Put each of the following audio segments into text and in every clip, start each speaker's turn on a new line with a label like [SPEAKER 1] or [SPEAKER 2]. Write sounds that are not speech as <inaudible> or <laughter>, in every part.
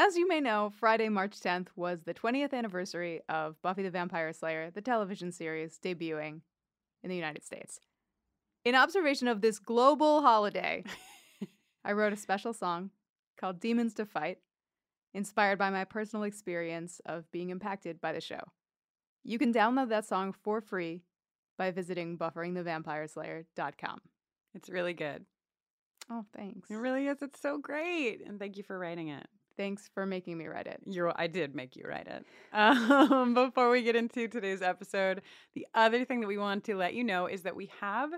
[SPEAKER 1] As you may know, Friday, March 10th was the 20th anniversary of Buffy the Vampire Slayer, the television series debuting in the United States. In observation of this global <laughs> holiday, I wrote a special song called Demons to Fight, inspired by my personal experience of being impacted by the show. You can download that song for free by visiting bufferingthevampireslayer.com.
[SPEAKER 2] It's really good.
[SPEAKER 1] Oh, thanks.
[SPEAKER 2] It really is. It's so great. And thank you for writing it.
[SPEAKER 1] Thanks for making me write it.
[SPEAKER 2] You're, I did make you write it. <laughs> Um, before we get into today's episode, the other thing that we want to let you know is that we have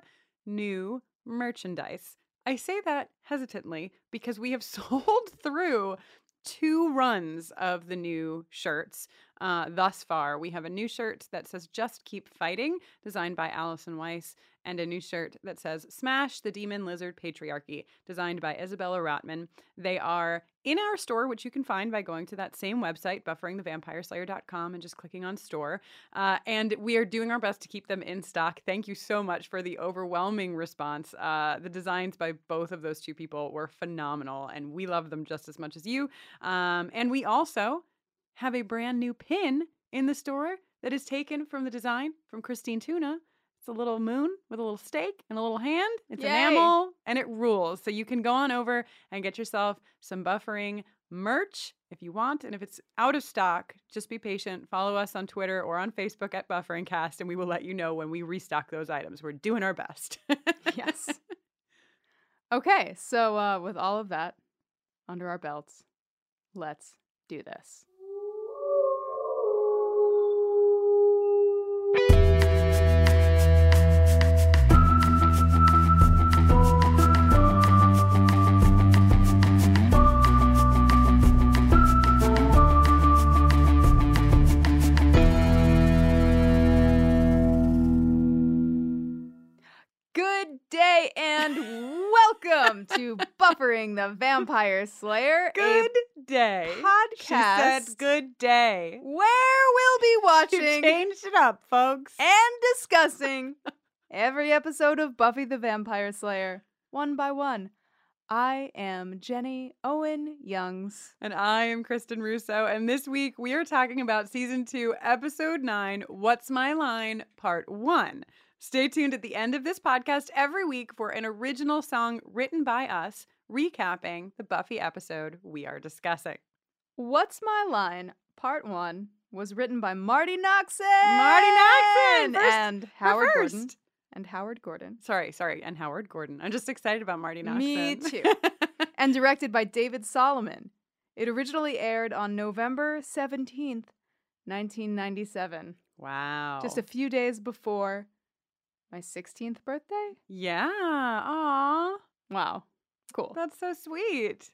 [SPEAKER 2] new merchandise. I say that hesitantly because we have <laughs> sold through two runs of the new shirts uh, thus far. We have a new shirt that says Just Keep Fighting, designed by Allison Weiss, and a new shirt that says Smash the Demon Lizard Patriarchy, designed by Isabella Rotman. They are in our store, which you can find by going to that same website, bufferingthevampireslayer.com, and just clicking on store. Uh, and we are doing our best to keep them in stock. Thank you so much for the overwhelming response. Uh, the designs by both of those two people were phenomenal, and we love them just as much as you. Um, and we also have a brand new pin in the store that is taken from the design from Christine Tuna. It's a little moon with a little stake and a little hand. It's
[SPEAKER 1] Yay.
[SPEAKER 2] enamel and it rules. So you can go on over and get yourself some buffering merch if you want. And if it's out of stock, just be patient. Follow us on Twitter or on Facebook at BufferingCast, and we will let you know when we restock those items. We're doing our best.
[SPEAKER 1] <laughs>
[SPEAKER 2] <laughs>
[SPEAKER 1] yes. Okay, so uh, with all of that under our belts, let's do this. Good day and welcome to Buffering the Vampire Slayer,
[SPEAKER 2] Good day.
[SPEAKER 1] a podcast
[SPEAKER 2] She said good day.
[SPEAKER 1] where we'll be
[SPEAKER 2] You
[SPEAKER 1] watching
[SPEAKER 2] changed it up, folks.
[SPEAKER 1] and discussing every episode of Buffy the Vampire Slayer one by one. I am Jenny Owen Youngs.
[SPEAKER 2] And I am Kristen Russo. And this week we are talking about season two, episode nine What's My Line, part one. Stay tuned at the end of this podcast every week for an original song written by us, recapping the Buffy episode we are discussing.
[SPEAKER 1] What's My Line, Part 1, was written by Marty Noxon!
[SPEAKER 2] Marty Noxon! First-
[SPEAKER 1] and Howard Gordon.
[SPEAKER 2] Reversed.
[SPEAKER 1] And Howard Gordon.
[SPEAKER 2] Sorry, sorry. And Howard Gordon. I'm just excited about Marty Noxon.
[SPEAKER 1] Me too. and directed by David Solomon. It originally aired on November 17th, 1997,
[SPEAKER 2] <laughs> wow.
[SPEAKER 1] just a few days before my 16th birthday.
[SPEAKER 2] Yeah. Aw.
[SPEAKER 1] Wow. Cool.
[SPEAKER 2] That's so sweet.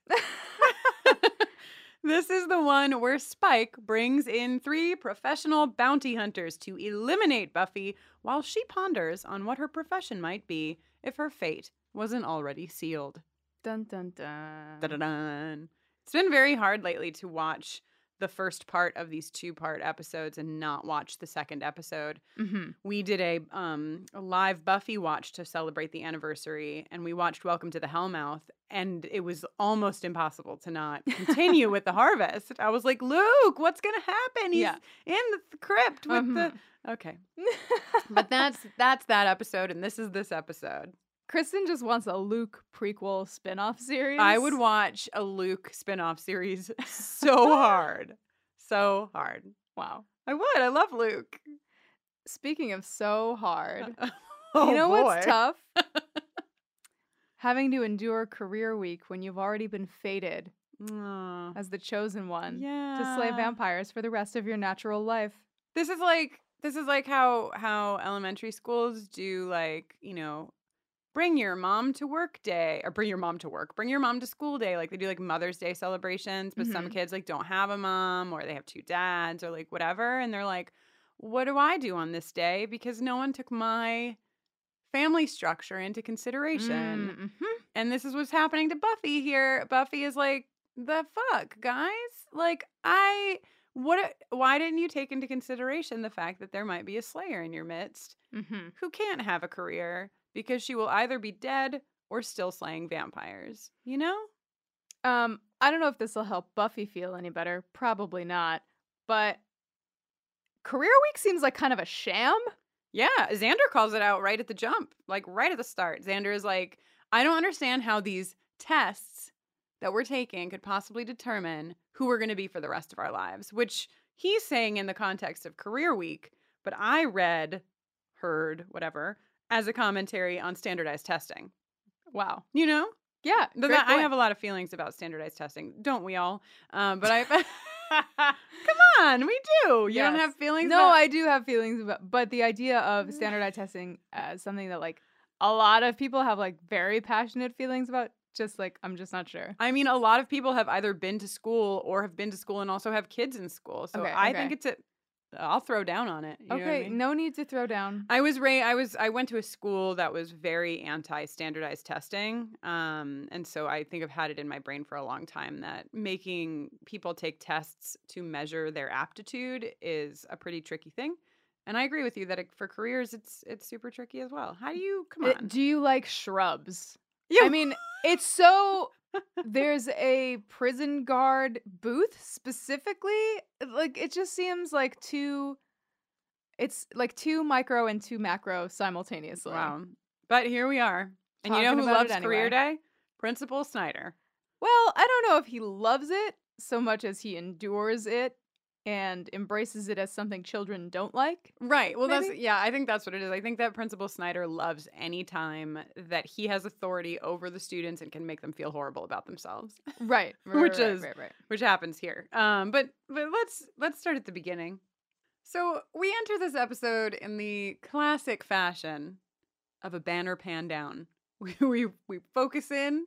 [SPEAKER 2] this is the one where Spike brings in three professional bounty hunters to eliminate Buffy while she ponders on what her profession might be if her fate wasn't already sealed.
[SPEAKER 1] Dun dun dun.
[SPEAKER 2] Dun-dun-dun. It's been very hard lately to watch the first part of these two part episodes and not watch the second episode,
[SPEAKER 1] Mm-hmm.
[SPEAKER 2] we did a um a live Buffy watch to celebrate the anniversary, and we watched Welcome to the Hellmouth, and it was almost impossible to not <laughs> continue with the harvest. I was like, Luke, what's gonna happen? He's
[SPEAKER 1] Yeah.
[SPEAKER 2] in the crypt with
[SPEAKER 1] mm-hmm.
[SPEAKER 2] the okay. Mm-hmm. But that's that's that episode, and this is this episode.
[SPEAKER 1] Kristen just wants a Luke prequel spin off series.
[SPEAKER 2] I would watch a Luke spin-off series <laughs> so hard. <laughs> So hard.
[SPEAKER 1] Wow.
[SPEAKER 2] I would. I love Luke.
[SPEAKER 1] Speaking of so
[SPEAKER 2] <laughs>
[SPEAKER 1] hard,
[SPEAKER 2] Oh,
[SPEAKER 1] you know
[SPEAKER 2] boy.
[SPEAKER 1] what's
[SPEAKER 2] <laughs>
[SPEAKER 1] tough? Having to endure career week when you've already been fated
[SPEAKER 2] Aw.
[SPEAKER 1] as the chosen one
[SPEAKER 2] Yeah.
[SPEAKER 1] to slay vampires for the rest of your natural life.
[SPEAKER 2] This is like this is like how how elementary schools do like, you know, bring your mom to work day or bring your mom to work. Bring your mom to school day. Like they do like Mother's Day celebrations, but some
[SPEAKER 1] Mhm.
[SPEAKER 2] kids like don't have a mom or they have two dads or like whatever and they're like, "What do I do on this day because no one took my family structure into consideration?"
[SPEAKER 1] Mm, mhm.
[SPEAKER 2] And this is what's happening to Buffy here. Buffy is like, the fuck, guys? Like, I what why didn't you take into consideration the fact that there might be a slayer in your midst
[SPEAKER 1] Mhm.
[SPEAKER 2] who can't have a career because she will either be dead or still slaying vampires, you know?
[SPEAKER 1] Um, I don't know if this will help Buffy feel any better. Probably not. But career week seems like kind of a sham.
[SPEAKER 2] Yeah, Xander calls it out right at the jump, like right at the start. Xander is like, I don't understand how these tests that we're taking could possibly determine who we're going to be for the rest of our lives, which he's saying in the context of career week, but I read, heard, whatever, as a commentary on standardized testing.
[SPEAKER 1] Wow.
[SPEAKER 2] You know?
[SPEAKER 1] Yeah.
[SPEAKER 2] Though
[SPEAKER 1] great
[SPEAKER 2] that- I
[SPEAKER 1] point.
[SPEAKER 2] have a lot of feelings about standardized testing, don't we all? Um, but I.
[SPEAKER 1] <laughs>
[SPEAKER 2] <laughs> Come on, we do. You don't
[SPEAKER 1] Yes.
[SPEAKER 2] have feelings
[SPEAKER 1] No,
[SPEAKER 2] about
[SPEAKER 1] I do have feelings about, but the idea of standardized testing as something that like a lot of people have like very passionate feelings about. Just like I'm just not sure.
[SPEAKER 2] I mean, a lot of people have either been to school or have been to school and also have kids in school. So
[SPEAKER 1] Okay,
[SPEAKER 2] I
[SPEAKER 1] okay.
[SPEAKER 2] think it's a. I'll throw down on it. you know what I
[SPEAKER 1] okay,
[SPEAKER 2] mean?
[SPEAKER 1] no need to throw down.
[SPEAKER 2] I was Ray. I was. I went to a school that was very anti-standardized testing, um, and so I think I've had it in my brain for a long time that making people take tests to measure their aptitude is a pretty tricky thing. And I agree with you that it, for careers, it's it's super tricky as well. How do you come
[SPEAKER 1] Uh,
[SPEAKER 2] on?
[SPEAKER 1] Do you like shrubs?
[SPEAKER 2] yeah,
[SPEAKER 1] I mean, it's
[SPEAKER 2] <laughs>
[SPEAKER 1] so. There's a prison guard booth specifically. Like it just seems like too. It's like too micro and too macro simultaneously.
[SPEAKER 2] wow. But here we are, and you know
[SPEAKER 1] Talking
[SPEAKER 2] who
[SPEAKER 1] about it
[SPEAKER 2] loves Career
[SPEAKER 1] anyway.
[SPEAKER 2] Day? Principal Snyder.
[SPEAKER 1] Well, I don't know if he loves it so much as he endures it and embraces it as something children don't like.
[SPEAKER 2] Right. Well, that's
[SPEAKER 1] maybe?
[SPEAKER 2] yeah. I think that's what it is. I think that Principal Snyder loves any time that he has authority over the students and can make them feel horrible about themselves,
[SPEAKER 1] Right. <laughs> right,
[SPEAKER 2] Which
[SPEAKER 1] right, right,
[SPEAKER 2] is-
[SPEAKER 1] right, right.
[SPEAKER 2] which happens here. Um, but but let's let's start at the beginning. So we enter this episode in the classic fashion of a banner pan down. <laughs> We we, we focus in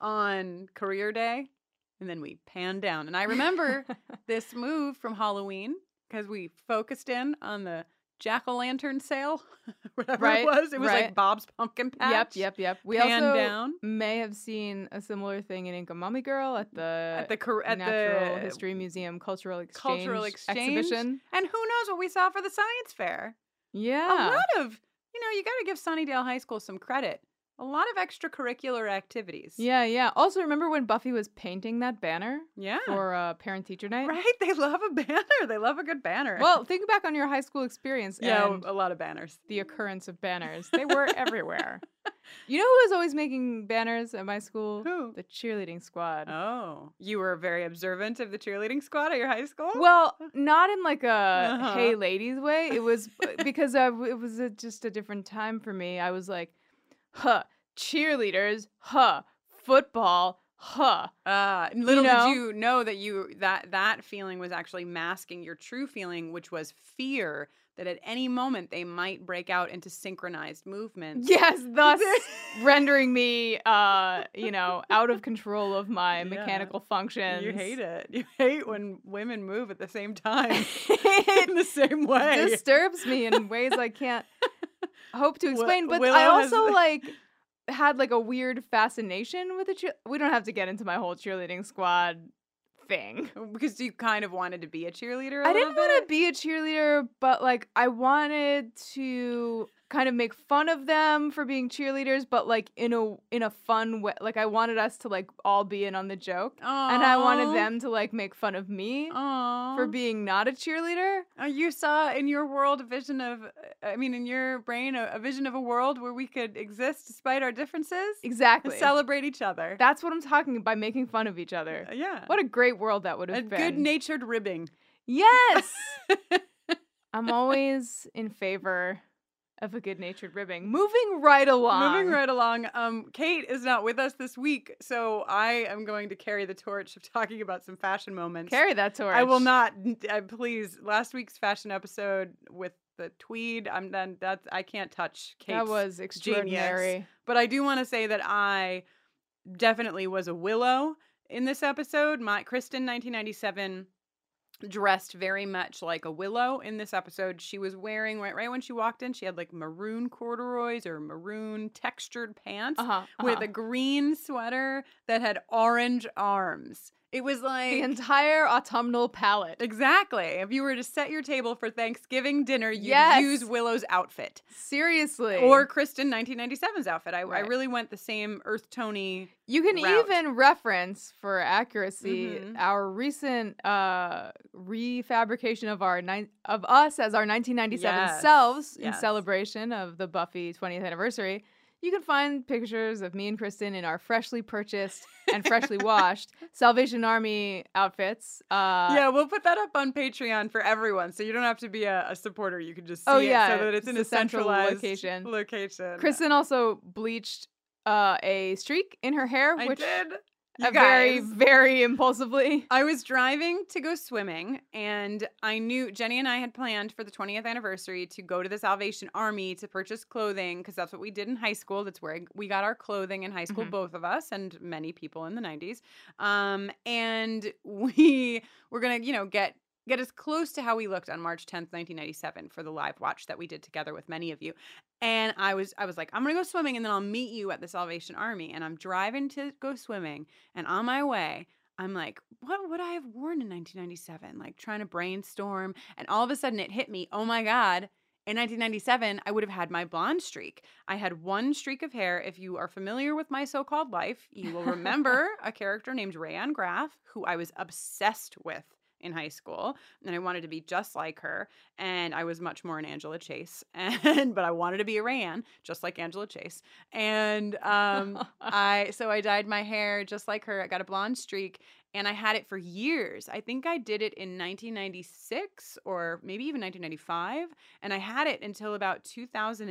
[SPEAKER 2] on career day, and then we pan down. <laughs> And I
[SPEAKER 1] <laughs>
[SPEAKER 2] remember this move from Halloween because we focused in on the jack o' lantern sale, <laughs> whatever
[SPEAKER 1] Right,
[SPEAKER 2] it was. It was
[SPEAKER 1] right.
[SPEAKER 2] like Bob's pumpkin
[SPEAKER 1] yep,
[SPEAKER 2] patch.
[SPEAKER 1] yep, yep. We
[SPEAKER 2] We pan
[SPEAKER 1] also
[SPEAKER 2] down
[SPEAKER 1] may have seen a similar thing in Inkamami Girl Mm, at the,
[SPEAKER 2] at the cor- at
[SPEAKER 1] Natural
[SPEAKER 2] the
[SPEAKER 1] History Museum Cultural Exchange, Oh,
[SPEAKER 2] Cultural Exchange.
[SPEAKER 1] exhibition.
[SPEAKER 2] And who knows what we saw for the science fair? A
[SPEAKER 1] Yeah.
[SPEAKER 2] lot of you know you got to give Sunnydale High School some credit. A lot of extracurricular activities.
[SPEAKER 1] Yeah, yeah. Also, remember when Buffy was painting that banner
[SPEAKER 2] Yeah.
[SPEAKER 1] for uh, Parent Teacher Night?
[SPEAKER 2] Right? They love a banner. They love a good banner.
[SPEAKER 1] Well, think back on your high school experience.
[SPEAKER 2] yeah,
[SPEAKER 1] and
[SPEAKER 2] a lot of banners.
[SPEAKER 1] the occurrence of banners. They
[SPEAKER 2] <laughs>
[SPEAKER 1] were everywhere. You know who was always making banners at my school?
[SPEAKER 2] Who?
[SPEAKER 1] The cheerleading squad.
[SPEAKER 2] Oh, you were very observant of the cheerleading squad at your high school.
[SPEAKER 1] Well, not in like a
[SPEAKER 2] Uh-huh.
[SPEAKER 1] hey ladies way. It was uh,
[SPEAKER 2] <laughs>
[SPEAKER 1] because I, it was a, just a different time for me. I was like, huh, cheerleaders, huh, football, huh.
[SPEAKER 2] Uh, little
[SPEAKER 1] know?
[SPEAKER 2] did you know that you that that feeling was actually masking your true feeling, which was fear that at any moment they might break out into synchronized movements. <laughs>
[SPEAKER 1] Yes, thus rendering me, uh, you know, out of control of my
[SPEAKER 2] Yeah.
[SPEAKER 1] mechanical functions.
[SPEAKER 2] You hate it. You hate when women move at the <laughs> same time
[SPEAKER 1] it
[SPEAKER 2] in the same way.
[SPEAKER 1] disturbs me in ways I
[SPEAKER 2] <laughs>
[SPEAKER 1] can't hope to
[SPEAKER 2] Wi-
[SPEAKER 1] explain. But I
[SPEAKER 2] Willow has-
[SPEAKER 1] also like had like a weird fascination with the. Cheer- we don't have to get into my whole cheerleading squad thing.
[SPEAKER 2] Because you kind of wanted to be a cheerleader. I
[SPEAKER 1] I didn't want to be a cheerleader, but like I wanted to kind of make fun of them for being cheerleaders, but like in a in a fun way. Like I wanted us to like all be in on the joke, and I wanted them to like make fun of me for being not a cheerleader.
[SPEAKER 2] Uh, you saw in your world a vision of, uh, I mean, in your brain, a, a vision of a world where we could exist despite our differences <laughs> and
[SPEAKER 1] Exactly.
[SPEAKER 2] celebrate each other.
[SPEAKER 1] That's what I'm talking about making fun of each other.
[SPEAKER 2] Uh, yeah.
[SPEAKER 1] What a great world that would have
[SPEAKER 2] a
[SPEAKER 1] been.
[SPEAKER 2] good natured ribbing.
[SPEAKER 1] Yes.
[SPEAKER 2] <laughs>
[SPEAKER 1] I'm always in favor of a good-natured ribbing. Moving right along.
[SPEAKER 2] Moving right along, um, Kate is not with us this week, so I am going to carry the torch of talking about some fashion moments.
[SPEAKER 1] Carry that torch.
[SPEAKER 2] I will not. I, please, last week's fashion episode with the tweed. I'm done. That's I can't touch Kate's.
[SPEAKER 1] that was extraordinary.
[SPEAKER 2] But I do want to say that I definitely was a willow in this episode. My Kristen, 1997, dressed very much like a willow in this episode. She was wearing right right when she walked in. She had like maroon corduroys or maroon textured pants
[SPEAKER 1] Uh-huh,
[SPEAKER 2] with
[SPEAKER 1] uh-huh.
[SPEAKER 2] a green sweater that had orange arms. It was like
[SPEAKER 1] the entire autumnal palette.
[SPEAKER 2] Exactly. If you were to set your table for Thanksgiving dinner, you'd
[SPEAKER 1] Yes.
[SPEAKER 2] use Willow's outfit
[SPEAKER 1] Seriously.
[SPEAKER 2] or Kristen 1997's outfit. I, I
[SPEAKER 1] Right.
[SPEAKER 2] really went the same earth tony.
[SPEAKER 1] you can
[SPEAKER 2] route.
[SPEAKER 1] even reference for accuracy
[SPEAKER 2] Mhm.
[SPEAKER 1] our recent uh refabrication of our nine of us as our 1997
[SPEAKER 2] Yes,
[SPEAKER 1] selves in
[SPEAKER 2] yes.
[SPEAKER 1] celebration of the Buffy 20th anniversary. You can find pictures of me and Kristen in our freshly purchased and freshly
[SPEAKER 2] <laughs>
[SPEAKER 1] washed Salvation Army outfits. Uh
[SPEAKER 2] yeah, we'll put that up on Patreon for everyone, so you don't have to be a, a supporter. You can just see
[SPEAKER 1] Oh,
[SPEAKER 2] it
[SPEAKER 1] yeah,
[SPEAKER 2] so that it's
[SPEAKER 1] it's
[SPEAKER 2] in
[SPEAKER 1] the
[SPEAKER 2] a
[SPEAKER 1] central
[SPEAKER 2] centralized
[SPEAKER 1] location.
[SPEAKER 2] Location.
[SPEAKER 1] Kristen also bleached uh, a streak in her hair,
[SPEAKER 2] I
[SPEAKER 1] which
[SPEAKER 2] did.
[SPEAKER 1] uh,
[SPEAKER 2] You
[SPEAKER 1] very,
[SPEAKER 2] guys.
[SPEAKER 1] very impulsively.
[SPEAKER 2] <laughs> I was driving to go swimming, and I knew Jenny and I had planned for the 20th anniversary to go to the Salvation Army to purchase clothing because that's what we did in high school. That's where I- we got our clothing in high school,
[SPEAKER 1] Mhm.
[SPEAKER 2] both of us and many people in the 90s. Um, and <laughs> we were gonna, you know, get get as close to how we looked on March 10th, 1997 for the live watch that we did together with many of you. And I was I was like, I'm going to go swimming and then I'll meet you at the Salvation Army and I'm driving to go swimming and on my way I'm like, what would I have worn in 1997? Like trying to brainstorm and all of a sudden it hit me, oh my god, in 1997, I would have had my blonde streak. I had one streak of hair. If you are familiar with my so called life, you will remember a character named Rayanne Graff, who I was obsessed with in high school. And I wanted to be just like her. And I was much more an Angela Chase. <laughs> And but I wanted to be a Rayanne, just like Angela Chase. And um I so I dyed my hair just like her. I got a blonde streak and I had it for years. I think I did it in 1996 or maybe even 1995 and I had it until about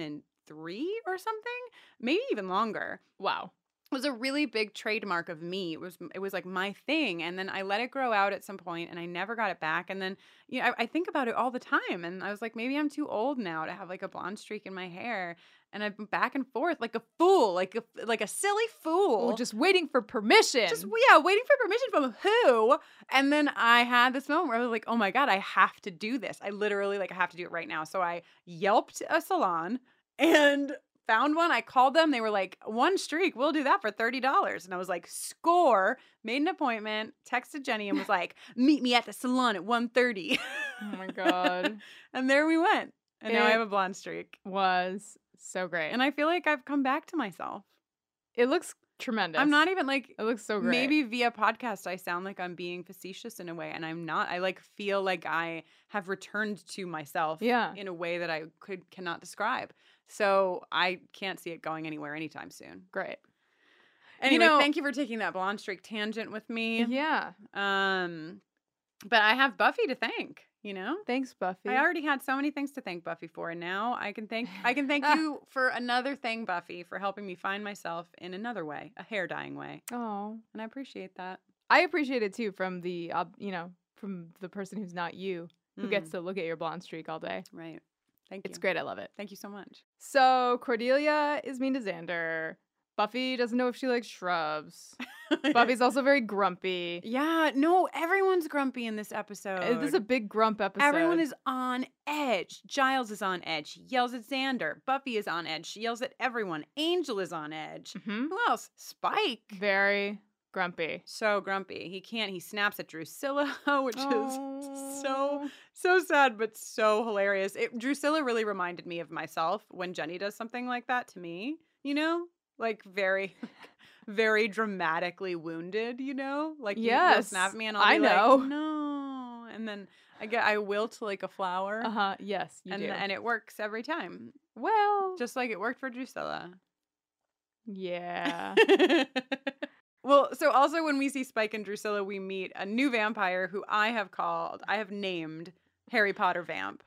[SPEAKER 2] 2003 or something, maybe even longer.
[SPEAKER 1] wow.
[SPEAKER 2] It was a really big trademark of me. It was it was like my thing, and then I let it grow out at some point, and I never got it back. And then you know, I, I think about it all the time, and I was like, maybe I'm too old now to have like a blonde streak in my hair, and I've been back and forth like a fool, like a like a silly fool,
[SPEAKER 1] Well, just waiting for permission.
[SPEAKER 2] just yeah, waiting for permission from who? And then I had this moment where I was like, "Oh my god, I have to do this! I literally like I have to do it right now." So I yelped a salon and found one. I called them. They were like, "One streak, we'll do that for thirty dollars." And I was like, "Score!" Made an appointment. Texted Jenny and was like, "Meet me at the salon at 1.30.
[SPEAKER 1] oh my god,
[SPEAKER 2] <laughs> and there we went. And now I
[SPEAKER 1] It-
[SPEAKER 2] have a blonde streak.
[SPEAKER 1] was so great.
[SPEAKER 2] And I feel like I've come back to myself.
[SPEAKER 1] it looks tremendous.
[SPEAKER 2] I'm not even like
[SPEAKER 1] It looks so great.
[SPEAKER 2] Maybe via podcast, I sound like I'm being facetious in a way, and I'm not. I like feel like I have returned to myself,
[SPEAKER 1] Yeah.
[SPEAKER 2] in a way that I could cannot describe. So I can't see it going anywhere anytime soon.
[SPEAKER 1] great.
[SPEAKER 2] Anyway,
[SPEAKER 1] know-
[SPEAKER 2] thank you for taking that blonde streak tangent with me.
[SPEAKER 1] Yeah.
[SPEAKER 2] Um, but I have Buffy to thank. You know,
[SPEAKER 1] Thanks, Buffy.
[SPEAKER 2] I already had so many things to thank Buffy for, and now I can thank I
[SPEAKER 1] <laughs>
[SPEAKER 2] can thank you for another thing, Buffy, for helping me find myself in another way, a hair dyeing way,
[SPEAKER 1] Oh,
[SPEAKER 2] and I appreciate that.
[SPEAKER 1] I appreciate it too from the ob- you know from the person who's not you who
[SPEAKER 2] Mm.
[SPEAKER 1] gets to look at your blonde streak all day.
[SPEAKER 2] Right. Thank you.
[SPEAKER 1] It's great. I love it.
[SPEAKER 2] Thank you so much. <laughs>
[SPEAKER 1] So Cordelia is mean to Xander. Buffy doesn't know if she likes
[SPEAKER 2] <laughs>
[SPEAKER 1] shrubs. Buffy's also very grumpy.
[SPEAKER 2] Yeah, no, everyone's grumpy in this episode.
[SPEAKER 1] Uh, This is a big grump episode.
[SPEAKER 2] Everyone is on edge. Giles is on edge. She yells at Xander. Buffy is <laughs> on edge. She yells at everyone. Angel is on edge.
[SPEAKER 1] Mhm.
[SPEAKER 2] Who else? Spike.
[SPEAKER 1] very Grumpy.
[SPEAKER 2] So grumpy. He can't. He snaps at Drusilla, <laughs> which is so
[SPEAKER 1] Oh.
[SPEAKER 2] so sad but so hilarious. It Drusilla really reminded me of myself when Jenny does something like that to me, you know? Like very <laughs> very dramatically wounded, you know? Like you- you'll
[SPEAKER 1] Yes,
[SPEAKER 2] snap at me and I'll
[SPEAKER 1] I
[SPEAKER 2] be like,
[SPEAKER 1] know.
[SPEAKER 2] no. And then I get I wilt like a flower.
[SPEAKER 1] Uh huh. Yes, you
[SPEAKER 2] and
[SPEAKER 1] do.
[SPEAKER 2] and it works every time.
[SPEAKER 1] well,
[SPEAKER 2] Just like it worked for Drusilla.
[SPEAKER 1] yeah. <laughs>
[SPEAKER 2] well, so also when we see Spike and Drusilla, we meet a new vampire who I have called, I have named Harry Potter Vamp.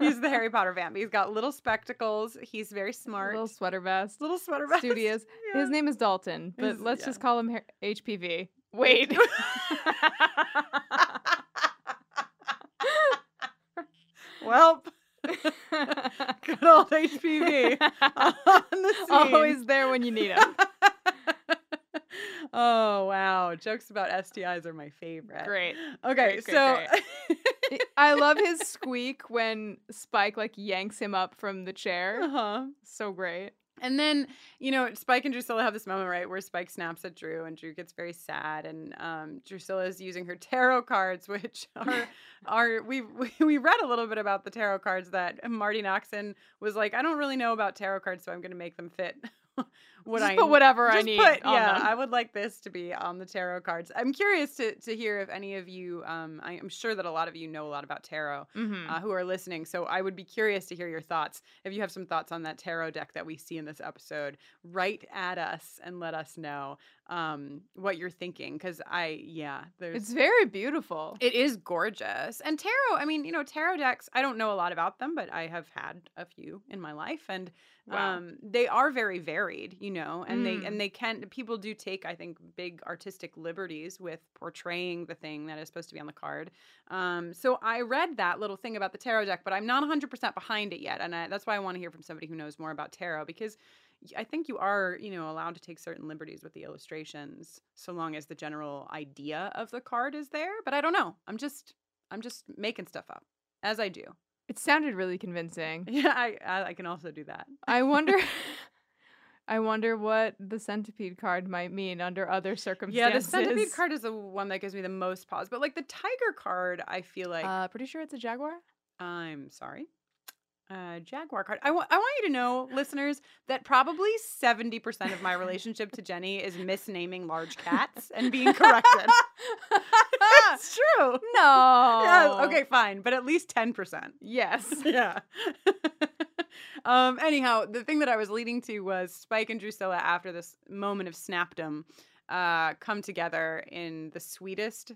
[SPEAKER 2] He's the Harry Potter Vamp. He's got little spectacles. He's very smart.
[SPEAKER 1] <laughs> Little sweater vest.
[SPEAKER 2] Little sweater vest.
[SPEAKER 1] Studious. His name <laughs> is Dalton, but
[SPEAKER 2] His-
[SPEAKER 1] let's
[SPEAKER 2] yeah.
[SPEAKER 1] just call him Har- HPV. Wait.
[SPEAKER 2] <laughs> Welp. <laughs> Good
[SPEAKER 1] <laughs>
[SPEAKER 2] old HPV. on the scene.
[SPEAKER 1] Always there when you need
[SPEAKER 2] <laughs>
[SPEAKER 1] him.
[SPEAKER 2] oh wow. Jokes about STIs are my favorite.
[SPEAKER 1] Great.
[SPEAKER 2] Okay,
[SPEAKER 1] Great, great,
[SPEAKER 2] so
[SPEAKER 1] I love his squeak when Spike like yanks him up from the chair.
[SPEAKER 2] <laughs> uh-huh.
[SPEAKER 1] So great.
[SPEAKER 2] And then, you know, Spike and Drusilla have this moment, right, where Spike snaps at Drew and Drew gets very sad and um Drusilla is using her tarot cards, <laughs> which are are we we we read a little bit about the tarot cards that Marty Noxon was like, I don't really know about tarot cards, so I'm gonna make them fit <laughs>
[SPEAKER 1] <laughs>
[SPEAKER 2] what
[SPEAKER 1] just
[SPEAKER 2] I
[SPEAKER 1] put whatever I
[SPEAKER 2] just
[SPEAKER 1] need.
[SPEAKER 2] put-
[SPEAKER 1] on
[SPEAKER 2] yeah,
[SPEAKER 1] them.
[SPEAKER 2] I would like this to be on the tarot cards. I'm curious to to hear if any of you um I am sure that a lot of you know a lot about tarot
[SPEAKER 1] Mhm.
[SPEAKER 2] uh, who are listening. So I would be curious to hear your thoughts. If you have some thoughts on that tarot deck that we see in this episode, write at us and let us know um, what you're thinking. Because I, yeah, there's.
[SPEAKER 1] It's very beautiful.
[SPEAKER 2] it is gorgeous. And tarot, I mean, you know, tarot decks, I don't know a lot about them, but I have had a few in my life and
[SPEAKER 1] Wow.
[SPEAKER 2] um they are very varied, you know, and
[SPEAKER 1] Mm.
[SPEAKER 2] they and they can people do take I think big artistic liberties with portraying the thing that is supposed to be on the card. Um, so I read that little thing about the tarot deck, but I'm not 100% behind it yet. And I, that's why I want to hear from somebody who knows more about tarot because y- I think you are, you know, allowed to take certain liberties with the illustrations so long as the general idea of the card is there. But I don't know. I'm just, I'm just making stuff up as I do. <laughs>
[SPEAKER 1] it sounded really convincing.
[SPEAKER 2] Yeah, I, I, I can also do that.
[SPEAKER 1] I wonder. <laughs> I wonder what the centipede card might mean under other
[SPEAKER 2] Yeah,
[SPEAKER 1] circumstances.
[SPEAKER 2] the centipede card is the one that gives me the most pause. But like the tiger card, I feel like
[SPEAKER 1] uh, pretty sure it's a jaguar.
[SPEAKER 2] I'm sorry. Uh, Jaguar card. I wa- I want you to know, listeners, that probably 70% of my relationship to Jenny is misnaming large cats and
[SPEAKER 1] <laughs>
[SPEAKER 2] being corrected. <laughs> it's true.
[SPEAKER 1] no.
[SPEAKER 2] Yes, okay, fine. But at least 10%.
[SPEAKER 1] Yes.
[SPEAKER 2] <laughs> Yeah. um, anyhow, the thing that I was leading to was Spike and Drusilla, after this moment of snapdom, uh, come together in the sweetest,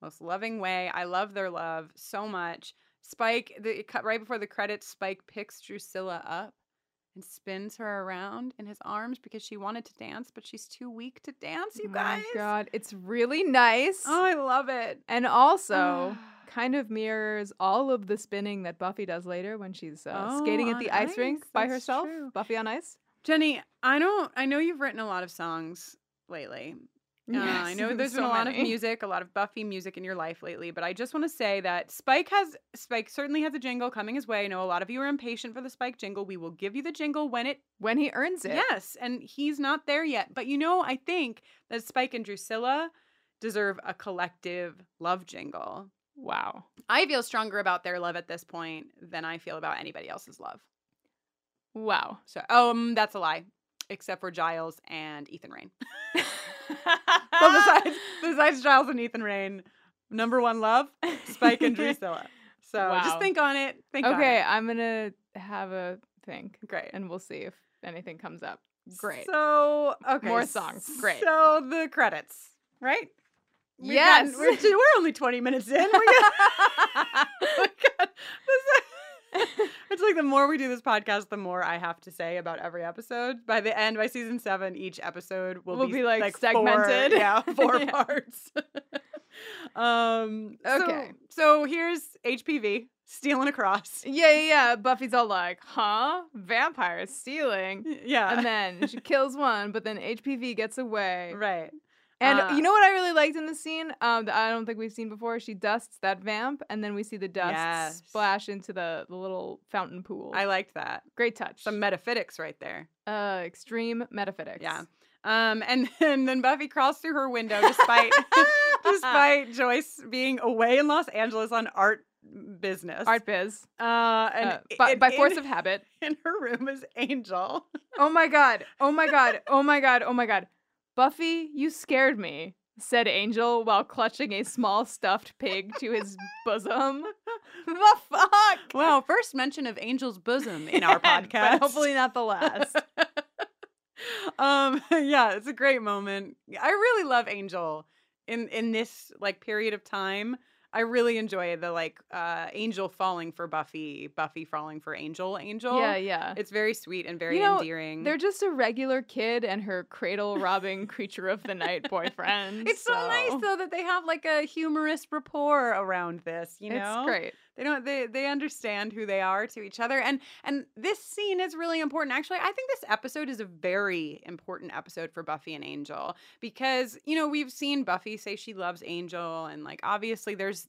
[SPEAKER 2] most loving way. I love their love so much. Spike, the, it cut right before the credits, Spike picks Drusilla up and spins her around in his arms because she wanted to dance, but she's too weak to dance, you guys.
[SPEAKER 1] Oh My God, it's really nice,
[SPEAKER 2] Oh, ah. I love it.
[SPEAKER 1] and <sighs> also kind of mirrors all of the spinning that Buffy does later when she's uh, skating
[SPEAKER 2] Oh,
[SPEAKER 1] at the
[SPEAKER 2] on
[SPEAKER 1] ice rink
[SPEAKER 2] ice,
[SPEAKER 1] by
[SPEAKER 2] that's
[SPEAKER 1] herself.
[SPEAKER 2] true.
[SPEAKER 1] Buffy on
[SPEAKER 2] <laughs>
[SPEAKER 1] ice.
[SPEAKER 2] Jenny, I don't. I know you've written a lot of songs lately. Uh, I
[SPEAKER 1] Yes, <laughs>
[SPEAKER 2] know there's
[SPEAKER 1] so
[SPEAKER 2] been a lot
[SPEAKER 1] many.
[SPEAKER 2] of music, a lot of Buffy music in your life lately. But I just want to say that Spike has Spike certainly has a jingle coming his way. I know a lot of you are impatient for the Spike jingle. We will give you the jingle when it
[SPEAKER 1] when he earns it.
[SPEAKER 2] Yes, and he's not there yet. But you know, I think that Spike and Drusilla deserve a collective love jingle.
[SPEAKER 1] Wow.
[SPEAKER 2] I feel stronger about their love at this point than I feel about anybody else's love.
[SPEAKER 1] Wow. <laughs>
[SPEAKER 2] So, um, that's a lie, except for Giles and Ethan Rain. well, besides, besides Giles and Ethan Rain, number one love, <laughs>
[SPEAKER 1] <laughs>
[SPEAKER 2] Spike and Drusilla. So
[SPEAKER 1] Wow.
[SPEAKER 2] just think on it. Think on
[SPEAKER 1] okay,
[SPEAKER 2] it.
[SPEAKER 1] I'm gonna have a think,
[SPEAKER 2] Great.
[SPEAKER 1] and we'll see if anything comes up. Great.
[SPEAKER 2] So okay,
[SPEAKER 1] More songs. Great.
[SPEAKER 2] So the credits, right? We've
[SPEAKER 1] Yes.
[SPEAKER 2] gotten- we're, ju- we're only twenty minutes in. We're <laughs> gonna- Oh my God. This- <laughs> it's like the more we do this podcast, the more I have to say about every episode. By the end, by season seven, each episode will
[SPEAKER 1] Will be, like,
[SPEAKER 2] four-
[SPEAKER 1] segmented. <laughs>
[SPEAKER 2] yeah, four
[SPEAKER 1] Yeah.
[SPEAKER 2] parts. <laughs> um. so-
[SPEAKER 1] Okay.
[SPEAKER 2] So, here's HPV stealing across. <laughs>
[SPEAKER 1] yeah, yeah, yeah. Buffy's all like, "Huh? Vampires stealing."
[SPEAKER 2] Yeah.
[SPEAKER 1] And then she kills one, but then HPV gets away.
[SPEAKER 2] right.
[SPEAKER 1] And
[SPEAKER 2] Uh,
[SPEAKER 1] you know what I really liked in this scene um, that I don't think we've seen before? She dusts that vamp, and then we see the dust
[SPEAKER 2] Yes.
[SPEAKER 1] splash into the, the little fountain pool.
[SPEAKER 2] I liked that.
[SPEAKER 1] Great touch.
[SPEAKER 2] Some metaphysics right there.
[SPEAKER 1] uh, extreme metaphysics.
[SPEAKER 2] Yeah. <laughs> Um, and, and <laughs> then Buffy crawls through her
[SPEAKER 1] <laughs>
[SPEAKER 2] window despite despite Joyce being away in Los Angeles on art business.
[SPEAKER 1] Art biz.
[SPEAKER 2] uh, and
[SPEAKER 1] Uh, by,
[SPEAKER 2] in-
[SPEAKER 1] by force
[SPEAKER 2] in-
[SPEAKER 1] of habit.
[SPEAKER 2] <laughs> in her room is Angel.
[SPEAKER 1] Oh my god. Oh my god. Oh my god. Oh my god. Buffy, you scared me, said Angel while clutching a small stuffed pig to his
[SPEAKER 2] <laughs>
[SPEAKER 1] bosom. the fuck?
[SPEAKER 2] Wow, first mention of Angel's bosom
[SPEAKER 1] <laughs>
[SPEAKER 2] in <laughs> our podcast.
[SPEAKER 1] But hopefully not the
[SPEAKER 2] <laughs>
[SPEAKER 1] last.
[SPEAKER 2] um, <laughs> yeah, it's a great moment. I really love Angel in in this like period of time. I really enjoy the like uh Angel falling for Buffy, Buffy falling for Angel, Angel.
[SPEAKER 1] yeah, yeah.
[SPEAKER 2] It's very sweet and very
[SPEAKER 1] You know,
[SPEAKER 2] endearing.
[SPEAKER 1] They're just a regular kid and her cradle robbing creature of the
[SPEAKER 2] <laughs>
[SPEAKER 1] night <laughs> boyfriend.
[SPEAKER 2] it's so. nice though that they have like a humorous rapport around this, you know?
[SPEAKER 1] It's great.
[SPEAKER 2] They don't they they understand who they are to each other and and this scene is really important. Actually, I think this episode is a very important episode for Buffy and Angel because, you know, we've seen Buffy say she loves Angel and like obviously there's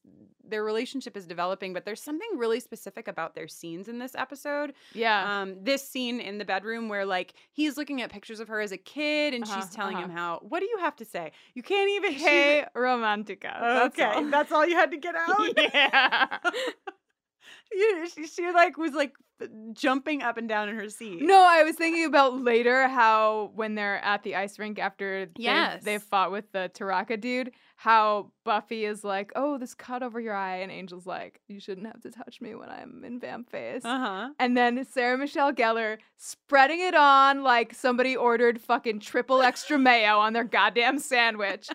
[SPEAKER 2] their relationship is developing, but there's something really specific about their scenes in this episode.
[SPEAKER 1] Yeah.
[SPEAKER 2] Um this scene in the bedroom where like he's looking at pictures of her as a kid and
[SPEAKER 1] Uh-huh,
[SPEAKER 2] she's telling
[SPEAKER 1] uh-huh.
[SPEAKER 2] him how what do you have to say? You can't
[SPEAKER 1] <laughs>
[SPEAKER 2] even she's-
[SPEAKER 1] Hey, Romantica. That's
[SPEAKER 2] Okay, <laughs>
[SPEAKER 1] all.
[SPEAKER 2] that's all you had
[SPEAKER 1] <laughs>
[SPEAKER 2] to get out.
[SPEAKER 1] yeah.
[SPEAKER 2] <laughs> You- she, she like was like jumping up and down in her seat.
[SPEAKER 1] No, I was thinking about later how when they're at the ice rink after they've-
[SPEAKER 2] Yes.
[SPEAKER 1] they've fought with the Taraka dude, how Buffy is like, "Oh, this cut over your eye," and Angel's like, "You shouldn't have to touch me when I'm in vamp phase."
[SPEAKER 2] Uh huh.
[SPEAKER 1] And then Sarah Michelle Gellar spreading it on like somebody ordered fucking triple extra mayo on their goddamn sandwich.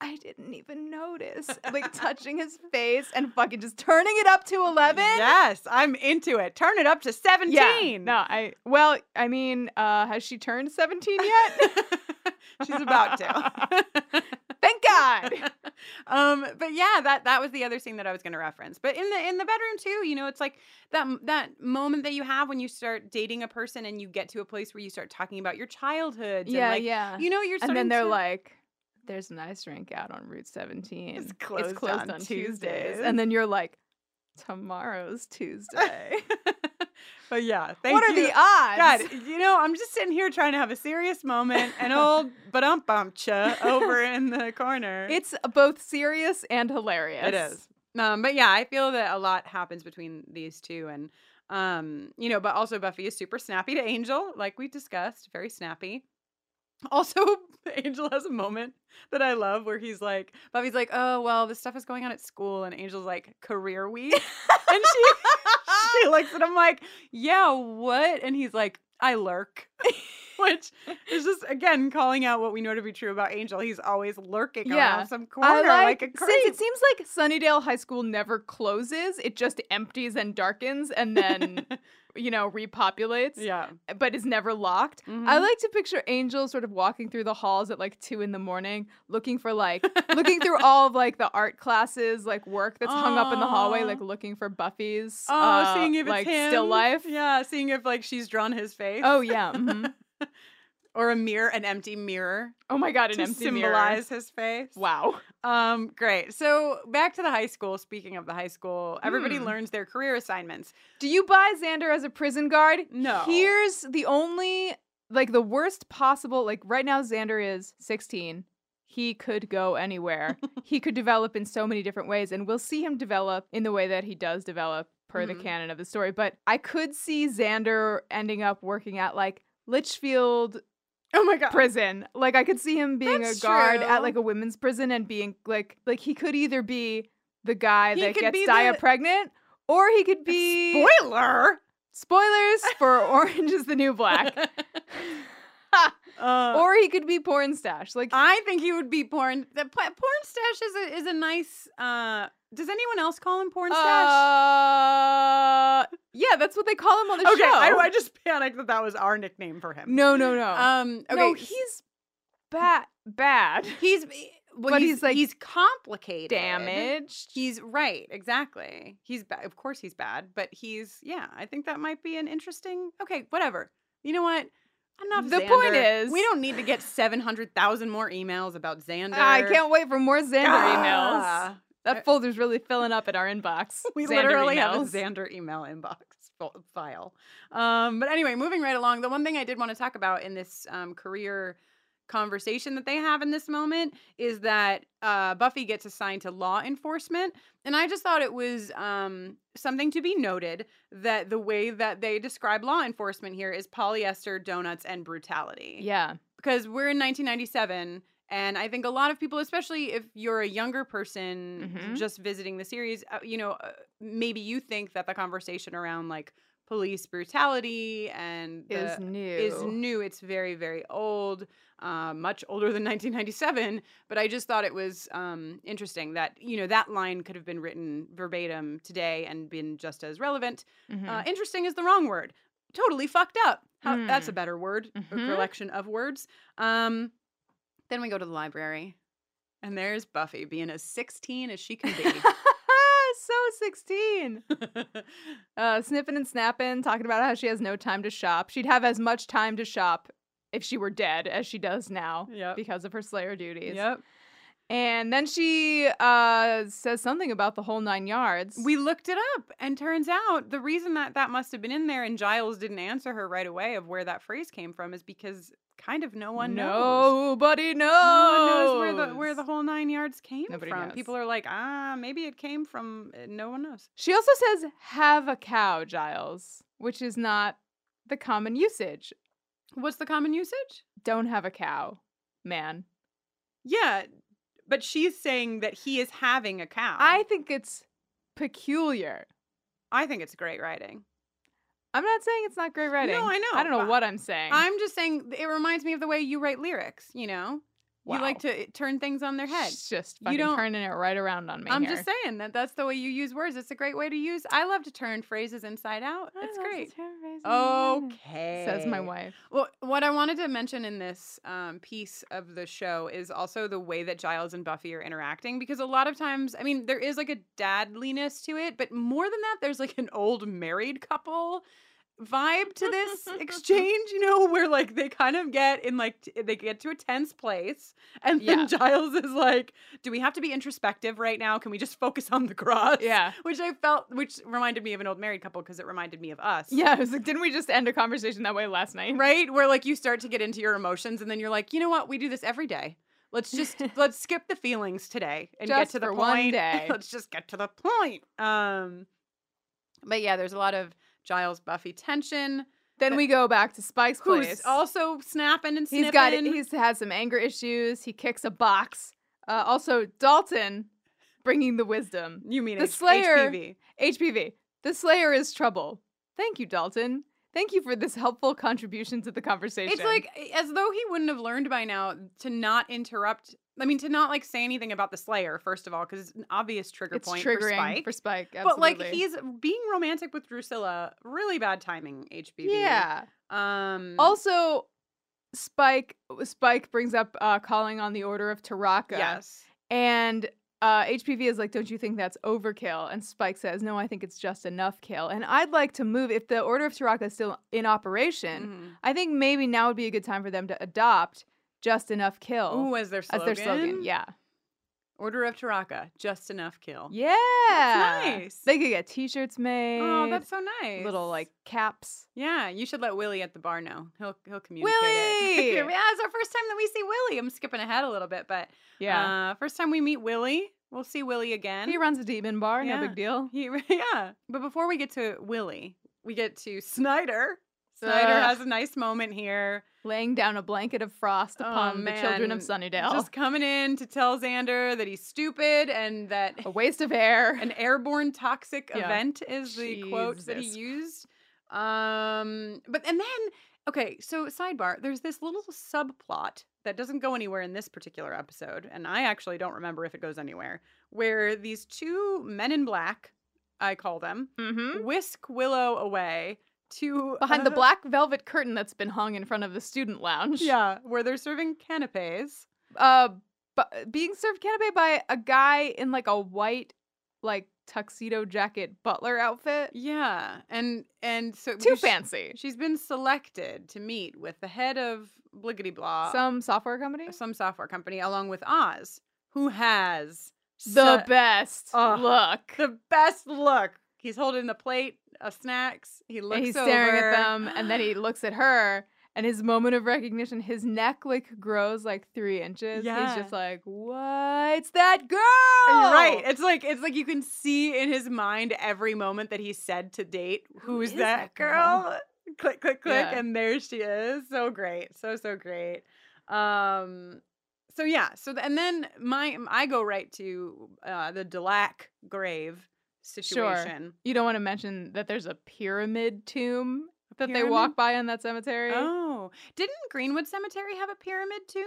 [SPEAKER 1] I didn't even notice. Like touching his face and fucking just turning it up to 11.
[SPEAKER 2] Yes, I'm into it. Turn it up to seventeen.
[SPEAKER 1] No, I well, I mean, uh, has she turned <laughs> 17 yet?
[SPEAKER 2] <laughs> She's about to. <laughs>
[SPEAKER 1] Thank <laughs> God.
[SPEAKER 2] um, but yeah, that that was the other scene that I was going to reference. But in the in the bedroom too, you know, it's like that that moment that you have when you start dating a person and you get to a place where you start talking about your childhood.
[SPEAKER 1] yeah,
[SPEAKER 2] <laughs> and like,
[SPEAKER 1] yeah.
[SPEAKER 2] You know, you're
[SPEAKER 1] and
[SPEAKER 2] starting
[SPEAKER 1] then they're
[SPEAKER 2] to-
[SPEAKER 1] like, there's an ice rink out on Route 17.
[SPEAKER 2] It's closed on Tuesdays."
[SPEAKER 1] And then you're like, tomorrow's Tuesday.
[SPEAKER 2] But yeah, <laughs> thank
[SPEAKER 1] what are
[SPEAKER 2] you.
[SPEAKER 1] the odds?
[SPEAKER 2] God, you know, I'm just sitting here trying to have a serious moment,
[SPEAKER 1] <laughs>
[SPEAKER 2] and old badum bumpcha over in the corner.
[SPEAKER 1] It's both serious and hilarious.
[SPEAKER 2] it is. Um, but yeah, I feel that a lot happens between these two, and um, you know, but also Buffy is super snappy to Angel, like we discussed, very snappy. <laughs> Also, Angel has a moment that I love where he's like, Buffy's like, "Oh well, this stuff is going on at school," and Angel's like, "Career week," <laughs> and she she looks at him like, yeah, what? And he's like, I lurk. <laughs> Which is just again calling out what we know to be true about Angel. He's always lurking
[SPEAKER 1] Yeah.
[SPEAKER 2] around some
[SPEAKER 1] I
[SPEAKER 2] corner
[SPEAKER 1] like,
[SPEAKER 2] like, a
[SPEAKER 1] since
[SPEAKER 2] creep.
[SPEAKER 1] it seems like Sunnydale High School never closes, it just empties and darkens and
[SPEAKER 2] <laughs>
[SPEAKER 1] then, you know, repopulates,
[SPEAKER 2] yeah.
[SPEAKER 1] but is never locked. I
[SPEAKER 2] Mhm.
[SPEAKER 1] like to picture Angel sort of walking through the halls at like two in the morning, looking for like looking
[SPEAKER 2] <laughs>
[SPEAKER 1] through all of like the art classes, like work that's hung up in the hallway,
[SPEAKER 2] Aw.
[SPEAKER 1] like looking for Buffy's
[SPEAKER 2] Oh,
[SPEAKER 1] uh,
[SPEAKER 2] seeing if it's
[SPEAKER 1] like
[SPEAKER 2] him.
[SPEAKER 1] still life.
[SPEAKER 2] Yeah, seeing if like she's drawn his face.
[SPEAKER 1] Oh yeah. mhm.
[SPEAKER 2] or a mirror, an empty mirror
[SPEAKER 1] Oh my god, an
[SPEAKER 2] to
[SPEAKER 1] empty mirror.
[SPEAKER 2] symbolize his face.
[SPEAKER 1] Wow.
[SPEAKER 2] Um, great. So back to the high school. Speaking of the high school, everybody
[SPEAKER 1] Hmm.
[SPEAKER 2] learns their career assignments.
[SPEAKER 1] Do you buy Xander as a prison guard?
[SPEAKER 2] No.
[SPEAKER 1] Here's the only like the worst possible like right now Xander is 16. He could go anywhere. <laughs> he could develop in so many different ways and we'll see him develop in the way that he does develop per the
[SPEAKER 2] Mhm.
[SPEAKER 1] canon of the story, but I could see Xander ending up working at like Litchfield
[SPEAKER 2] Oh my
[SPEAKER 1] Uh,
[SPEAKER 2] god.
[SPEAKER 1] prison. Like I could see him being
[SPEAKER 2] That's
[SPEAKER 1] a guard at
[SPEAKER 2] true.
[SPEAKER 1] like a women's prison and being like like he could either be the guy
[SPEAKER 2] He
[SPEAKER 1] that
[SPEAKER 2] could be
[SPEAKER 1] gets Daya
[SPEAKER 2] the-
[SPEAKER 1] pregnant or he could be
[SPEAKER 2] Spoiler.
[SPEAKER 1] Spoilers
[SPEAKER 2] <laughs>
[SPEAKER 1] for Orange is the New Black.
[SPEAKER 2] Uh,
[SPEAKER 1] or he could be porn stash. Like
[SPEAKER 2] I think he would be porn. The p- porn stash is a, is a nice. Uh, does anyone else call him porn stash?
[SPEAKER 1] Uh, yeah, that's what they call him on the
[SPEAKER 2] okay,
[SPEAKER 1] show.
[SPEAKER 2] I, I just panicked that that was our nickname for him.
[SPEAKER 1] no, no, no.
[SPEAKER 2] Um. Okay.
[SPEAKER 1] No, he's bad. Bad.
[SPEAKER 2] he's eh, well,
[SPEAKER 1] but
[SPEAKER 2] he's,
[SPEAKER 1] he's, like,
[SPEAKER 2] he's complicated.
[SPEAKER 1] Damaged.
[SPEAKER 2] He's right. Exactly. He's bad. Of course he's bad. But he's yeah. I think that might be an interesting. Okay. Whatever. You know what? Enough.
[SPEAKER 1] The point
[SPEAKER 2] Xander.
[SPEAKER 1] is-
[SPEAKER 2] we don't need to get seven hundred thousand more emails about Xander.
[SPEAKER 1] Ah, I can't wait for more Xander emails.
[SPEAKER 2] Ah.
[SPEAKER 1] That folder's really filling up in our inbox.
[SPEAKER 2] <laughs> We
[SPEAKER 1] Xander
[SPEAKER 2] literally have a
[SPEAKER 1] emails.
[SPEAKER 2] Xander email inbox fo- file. Um, but anyway, moving right along, the one thing I did want to talk about in this um, career conversation that they have in this moment is that uh, Buffy gets assigned to law enforcement. And I just thought it was um, something to be noted that the way that they describe law enforcement here is polyester, donuts, and brutality.
[SPEAKER 1] Yeah.
[SPEAKER 2] Because we're in 1997. And I think a lot of people, especially if you're a younger person
[SPEAKER 1] Mhm.
[SPEAKER 2] just visiting the series, uh, you know, uh, maybe you think that the conversation around like police brutality and the,
[SPEAKER 1] Is new.
[SPEAKER 2] is new. It's very, very old, uh, much older than 1997. But I just thought it was um, interesting that you know that line could have been written verbatim today and been just as relevant.
[SPEAKER 1] Mhm.
[SPEAKER 2] Uh, interesting is the wrong word. Totally fucked up. How, That's a
[SPEAKER 1] Mm.
[SPEAKER 2] better word, or
[SPEAKER 1] Mhm.
[SPEAKER 2] collection of words. Um, then we go to the library, and there's Buffy being as 16 as she can be.
[SPEAKER 1] <laughs> so
[SPEAKER 2] <laughs>
[SPEAKER 1] 16. Uh, sniffing and snapping, talking about how she has no time to shop. She'd have as much time to shop if she were dead as she does now
[SPEAKER 2] yep.
[SPEAKER 1] because of her Slayer duties.
[SPEAKER 2] <laughs> Yep.
[SPEAKER 1] And then she uh, says something about the whole nine yards.
[SPEAKER 2] We looked it up, and turns out the reason that that must have been in there, and Giles didn't answer her right away of where that phrase came from, is because kind of no one knows.
[SPEAKER 1] Nobody knows.
[SPEAKER 2] No one knows where the where the whole nine yards came
[SPEAKER 1] Nobody
[SPEAKER 2] from.
[SPEAKER 1] knows.
[SPEAKER 2] People are like, ah, maybe it came from. uh, No one knows.
[SPEAKER 1] She also says, have a cow, Giles, which is not the common usage.
[SPEAKER 2] What's the common usage?
[SPEAKER 1] Don't have a cow, man.
[SPEAKER 2] Yeah, but she's saying that he is having a cow.
[SPEAKER 1] I think it's peculiar.
[SPEAKER 2] I think it's great writing.
[SPEAKER 1] I'm not saying it's not great writing.
[SPEAKER 2] I know,
[SPEAKER 1] I don't know
[SPEAKER 2] but
[SPEAKER 1] what I'm saying.
[SPEAKER 2] I'm just saying it reminds me of the way you write lyrics. You know, you like
[SPEAKER 1] Wow.
[SPEAKER 2] to uh, turn things on their head.
[SPEAKER 1] It's just
[SPEAKER 2] You
[SPEAKER 1] fucking
[SPEAKER 2] don't-
[SPEAKER 1] turning it right around on me.
[SPEAKER 2] I'm
[SPEAKER 1] here.
[SPEAKER 2] just saying that that's the way you use words. It's a great way to use. I love to turn phrases inside out.
[SPEAKER 1] I
[SPEAKER 2] It's
[SPEAKER 1] love to
[SPEAKER 2] great.
[SPEAKER 1] turn raisins around.
[SPEAKER 2] Okay.
[SPEAKER 1] Says my wife.
[SPEAKER 2] Well, what I wanted to mention in this um, piece of the show is also the way that Giles and Buffy are interacting because a lot of times, I mean, there is like a dadliness to it, but more than that, there's like an old married couple vibe to this
[SPEAKER 1] <laughs>
[SPEAKER 2] exchange, you know, where like they kind of get in like t- they get to a tense place and
[SPEAKER 1] Yeah.
[SPEAKER 2] then Giles is like, "Do we have to be introspective right now? Can we just focus on the cross?"
[SPEAKER 1] Yeah.
[SPEAKER 2] Which I felt which reminded me of an old married couple because it reminded me of us
[SPEAKER 1] Yeah. I was like, didn't we just end a conversation that way last night?
[SPEAKER 2] <laughs> right where like you start to get into your emotions and then you're like you know what we do this every day let's just <laughs> let's skip the feelings today and get
[SPEAKER 1] Just
[SPEAKER 2] to the
[SPEAKER 1] for
[SPEAKER 2] point <laughs>
[SPEAKER 1] one day.
[SPEAKER 2] let's just get to the point um but yeah there's a lot of giles buffy tension
[SPEAKER 1] Then we go back to Spike's
[SPEAKER 2] who's
[SPEAKER 1] place.
[SPEAKER 2] also snapping and snipping
[SPEAKER 1] He's got he's had some anger issues. He kicks a box. Uh, also, Dalton bringing the wisdom.
[SPEAKER 2] you mean
[SPEAKER 1] the
[SPEAKER 2] H-
[SPEAKER 1] Slayer-
[SPEAKER 2] HPV.
[SPEAKER 1] HPV. The Slayer is trouble. Thank you, Dalton. Thank you for this helpful contribution to the conversation.
[SPEAKER 2] It's like eh, as though he wouldn't have learned by now to not interrupt. I mean, to not like say anything about the Slayer first of all, because it's an obvious trigger
[SPEAKER 1] it's
[SPEAKER 2] point
[SPEAKER 1] triggering
[SPEAKER 2] for Spike. But like
[SPEAKER 1] absolutely.
[SPEAKER 2] he's being romantic with Drusilla, really bad timing, HBB.
[SPEAKER 1] yeah.
[SPEAKER 2] Um
[SPEAKER 1] Also, Spike Spike brings up uh, calling on the Order of Taraka.
[SPEAKER 2] yes.
[SPEAKER 1] And uh, HPV is like, don't you think that's overkill? And Spike says, no, I think it's just enough kill. And I'd like to move, if the Order of Taraka is still in operation,
[SPEAKER 2] Mhm.
[SPEAKER 1] I think maybe now would be a good time for them to adopt just enough kill
[SPEAKER 2] Ooh, as their
[SPEAKER 1] Mm-hmm. as
[SPEAKER 2] slogan.
[SPEAKER 1] their slogan. Yeah.
[SPEAKER 2] Order of Taraka, just enough kill.
[SPEAKER 1] Yeah.
[SPEAKER 2] nice.
[SPEAKER 1] They could get t shirts made.
[SPEAKER 2] Oh, that's so nice.
[SPEAKER 1] Little like caps.
[SPEAKER 2] Yeah, you should let Willie at the bar know. He'll he'll communicate.
[SPEAKER 1] Willie!
[SPEAKER 2] It. <laughs> yeah, it's our first time that we see Willie. I'm skipping ahead a little bit, but uh first time we meet Willie, we'll see Willie again.
[SPEAKER 1] he runs a demon bar,
[SPEAKER 2] Uh, Yeah.
[SPEAKER 1] no big deal.
[SPEAKER 2] He, <laughs> yeah. But before we get to Willie, we get to Snyder. Snyder
[SPEAKER 1] Ugh.
[SPEAKER 2] has a nice moment here.
[SPEAKER 1] Laying down a blanket of frost
[SPEAKER 2] Oh,
[SPEAKER 1] upon the children of
[SPEAKER 2] man.
[SPEAKER 1] Sunnydale.
[SPEAKER 2] Just coming in to tell Xander that he's stupid and
[SPEAKER 1] <laughs>
[SPEAKER 2] that
[SPEAKER 1] a waste of air.
[SPEAKER 2] an airborne toxic
[SPEAKER 1] Oh. <laughs> Yeah.
[SPEAKER 2] event is the quote that he
[SPEAKER 1] Jesus.
[SPEAKER 2] used. Um, but and then okay, so sidebar, there's this little subplot that doesn't go anywhere in this particular episode, and I actually don't remember if it goes anywhere, where these two men in black, I call them,
[SPEAKER 1] mm-hmm.
[SPEAKER 2] whisk Willow away to
[SPEAKER 1] behind the
[SPEAKER 2] uh,
[SPEAKER 1] black velvet curtain that's been hung in front of the student lounge.
[SPEAKER 2] <laughs> Yeah, where they're serving canapes.
[SPEAKER 1] Uh, bu- being served canapé by a guy in like a white, like tuxedo jacket butler outfit.
[SPEAKER 2] Yeah, and and so
[SPEAKER 1] Too
[SPEAKER 2] because she-
[SPEAKER 1] fancy.
[SPEAKER 2] She's been selected to meet with the head of Bliggity Blah,
[SPEAKER 1] Some software company.
[SPEAKER 2] some software company, along with Oz, who has
[SPEAKER 1] The
[SPEAKER 2] su-
[SPEAKER 1] best
[SPEAKER 2] Ugh.
[SPEAKER 1] look.
[SPEAKER 2] the best look. He's holding the plate of snacks. He looks
[SPEAKER 1] and he's staring at
[SPEAKER 2] over. <gasps>
[SPEAKER 1] them, and then he looks at her, And his moment of recognition, his neck like grows like three inches.
[SPEAKER 2] Yeah.
[SPEAKER 1] He's just like, what? It's that girl.
[SPEAKER 2] You're right.
[SPEAKER 1] Oh.
[SPEAKER 2] It's like it's like you can see in his mind every moment that he said to date, "Who's
[SPEAKER 1] is
[SPEAKER 2] that
[SPEAKER 1] that
[SPEAKER 2] girl?"
[SPEAKER 1] girl?"
[SPEAKER 2] Click, click, click,
[SPEAKER 1] Yeah.
[SPEAKER 2] and there she is. So great, so so great. Um, so yeah, so th- and then my I go right to uh, the Delac grave situation.
[SPEAKER 1] You don't want to mention that there's a pyramid tomb that
[SPEAKER 2] Pyramid?
[SPEAKER 1] they walk by in that cemetery.
[SPEAKER 2] Oh, didn't Greenwood Cemetery have a pyramid tomb?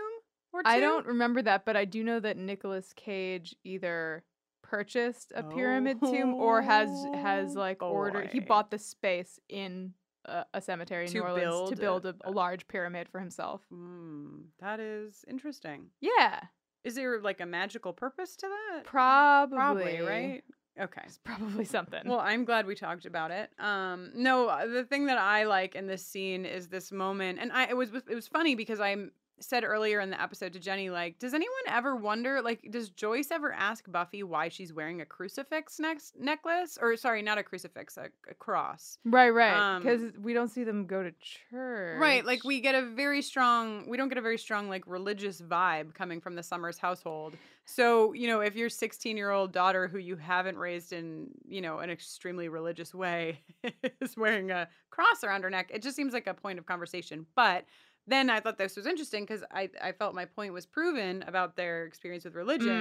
[SPEAKER 2] Or two?
[SPEAKER 1] I don't remember that, but I do know that Nicolas Cage either purchased a pyramid tomb or has has
[SPEAKER 2] Oh,
[SPEAKER 1] like ordered he
[SPEAKER 2] boy.
[SPEAKER 1] bought the space in a, a cemetery in
[SPEAKER 2] To
[SPEAKER 1] New Orleans to
[SPEAKER 2] build
[SPEAKER 1] build
[SPEAKER 2] a-
[SPEAKER 1] a, a large pyramid for himself.
[SPEAKER 2] Hmm, that is interesting.
[SPEAKER 1] Yeah,
[SPEAKER 2] Is there like a magical purpose to that?
[SPEAKER 1] probably,
[SPEAKER 2] Probably, right? Okay.
[SPEAKER 1] It's probably something.
[SPEAKER 2] Well, I'm glad we talked about it. Um, no, uh, the thing that I like in this scene is this moment, and I it was it was funny because I m- said earlier in the episode to Jenny, like, does anyone ever wonder, like, does Joyce ever ask Buffy why she's wearing a crucifix next necklace, or sorry, not a crucifix, a, a cross?
[SPEAKER 1] right, right,
[SPEAKER 2] um,
[SPEAKER 1] because we don't see them go to church.
[SPEAKER 2] Right, like we get a very strong, we don't get a very strong like religious vibe coming from the Summers household. So you know, if your 16 year old daughter who you haven't raised in you know an extremely religious way <laughs> is wearing a cross around her neck, it just seems like a point of conversation. But then I thought this was interesting because I I felt my point was proven about their experience with religion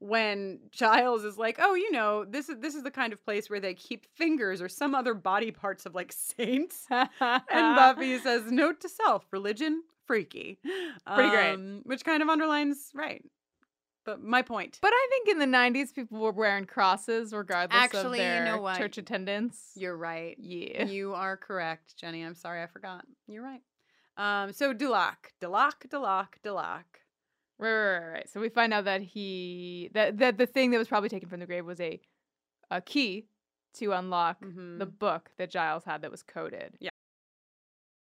[SPEAKER 1] Mm.
[SPEAKER 2] when Giles is like, "Oh, you know, this is this is the kind of place where they keep fingers or some other body parts of like <laughs> saints." <laughs> and Buffy says, "Note to self: religion freaky." Um,
[SPEAKER 1] Pretty great.
[SPEAKER 2] which kind of underlines right. But my point.
[SPEAKER 1] But I think in the '90s, people were wearing crosses regardless
[SPEAKER 2] Actually,
[SPEAKER 1] of
[SPEAKER 2] you
[SPEAKER 1] their
[SPEAKER 2] know what?
[SPEAKER 1] church attendance.
[SPEAKER 2] you're right.
[SPEAKER 1] yeah.
[SPEAKER 2] You are correct, Jenny. I'm sorry, I forgot. You're right. Um, so Dulac, Dulac, Dulac, Dulac.
[SPEAKER 1] Right, right, right, right. So we find out that he that that the thing that was probably taken from the grave was a a key to unlock
[SPEAKER 2] Mhm.
[SPEAKER 1] the book that Giles had that was coded.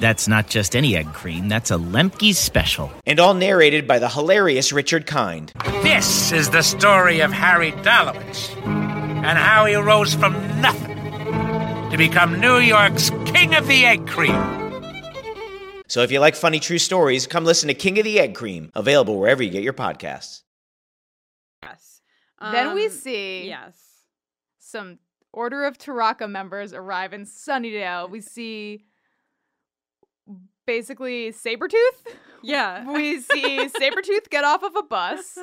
[SPEAKER 3] That's not just any egg cream, that's a Lemke's special.
[SPEAKER 4] and all narrated by the hilarious Richard Kind.
[SPEAKER 5] This is the story of Harry Dalowitz and how he rose from nothing to become New York's king of the egg cream.
[SPEAKER 4] So if you like funny true stories, come listen to King of the Egg Cream, available wherever you get your podcasts.
[SPEAKER 2] Yes.
[SPEAKER 1] then we
[SPEAKER 2] Um,
[SPEAKER 1] see
[SPEAKER 2] Yes.
[SPEAKER 1] some Order of Taraka members arrive in Sunnydale. We see basically Sabretooth.
[SPEAKER 2] <laughs> Yeah.
[SPEAKER 1] We
[SPEAKER 2] <laughs>
[SPEAKER 1] see Sabretooth get off of a bus.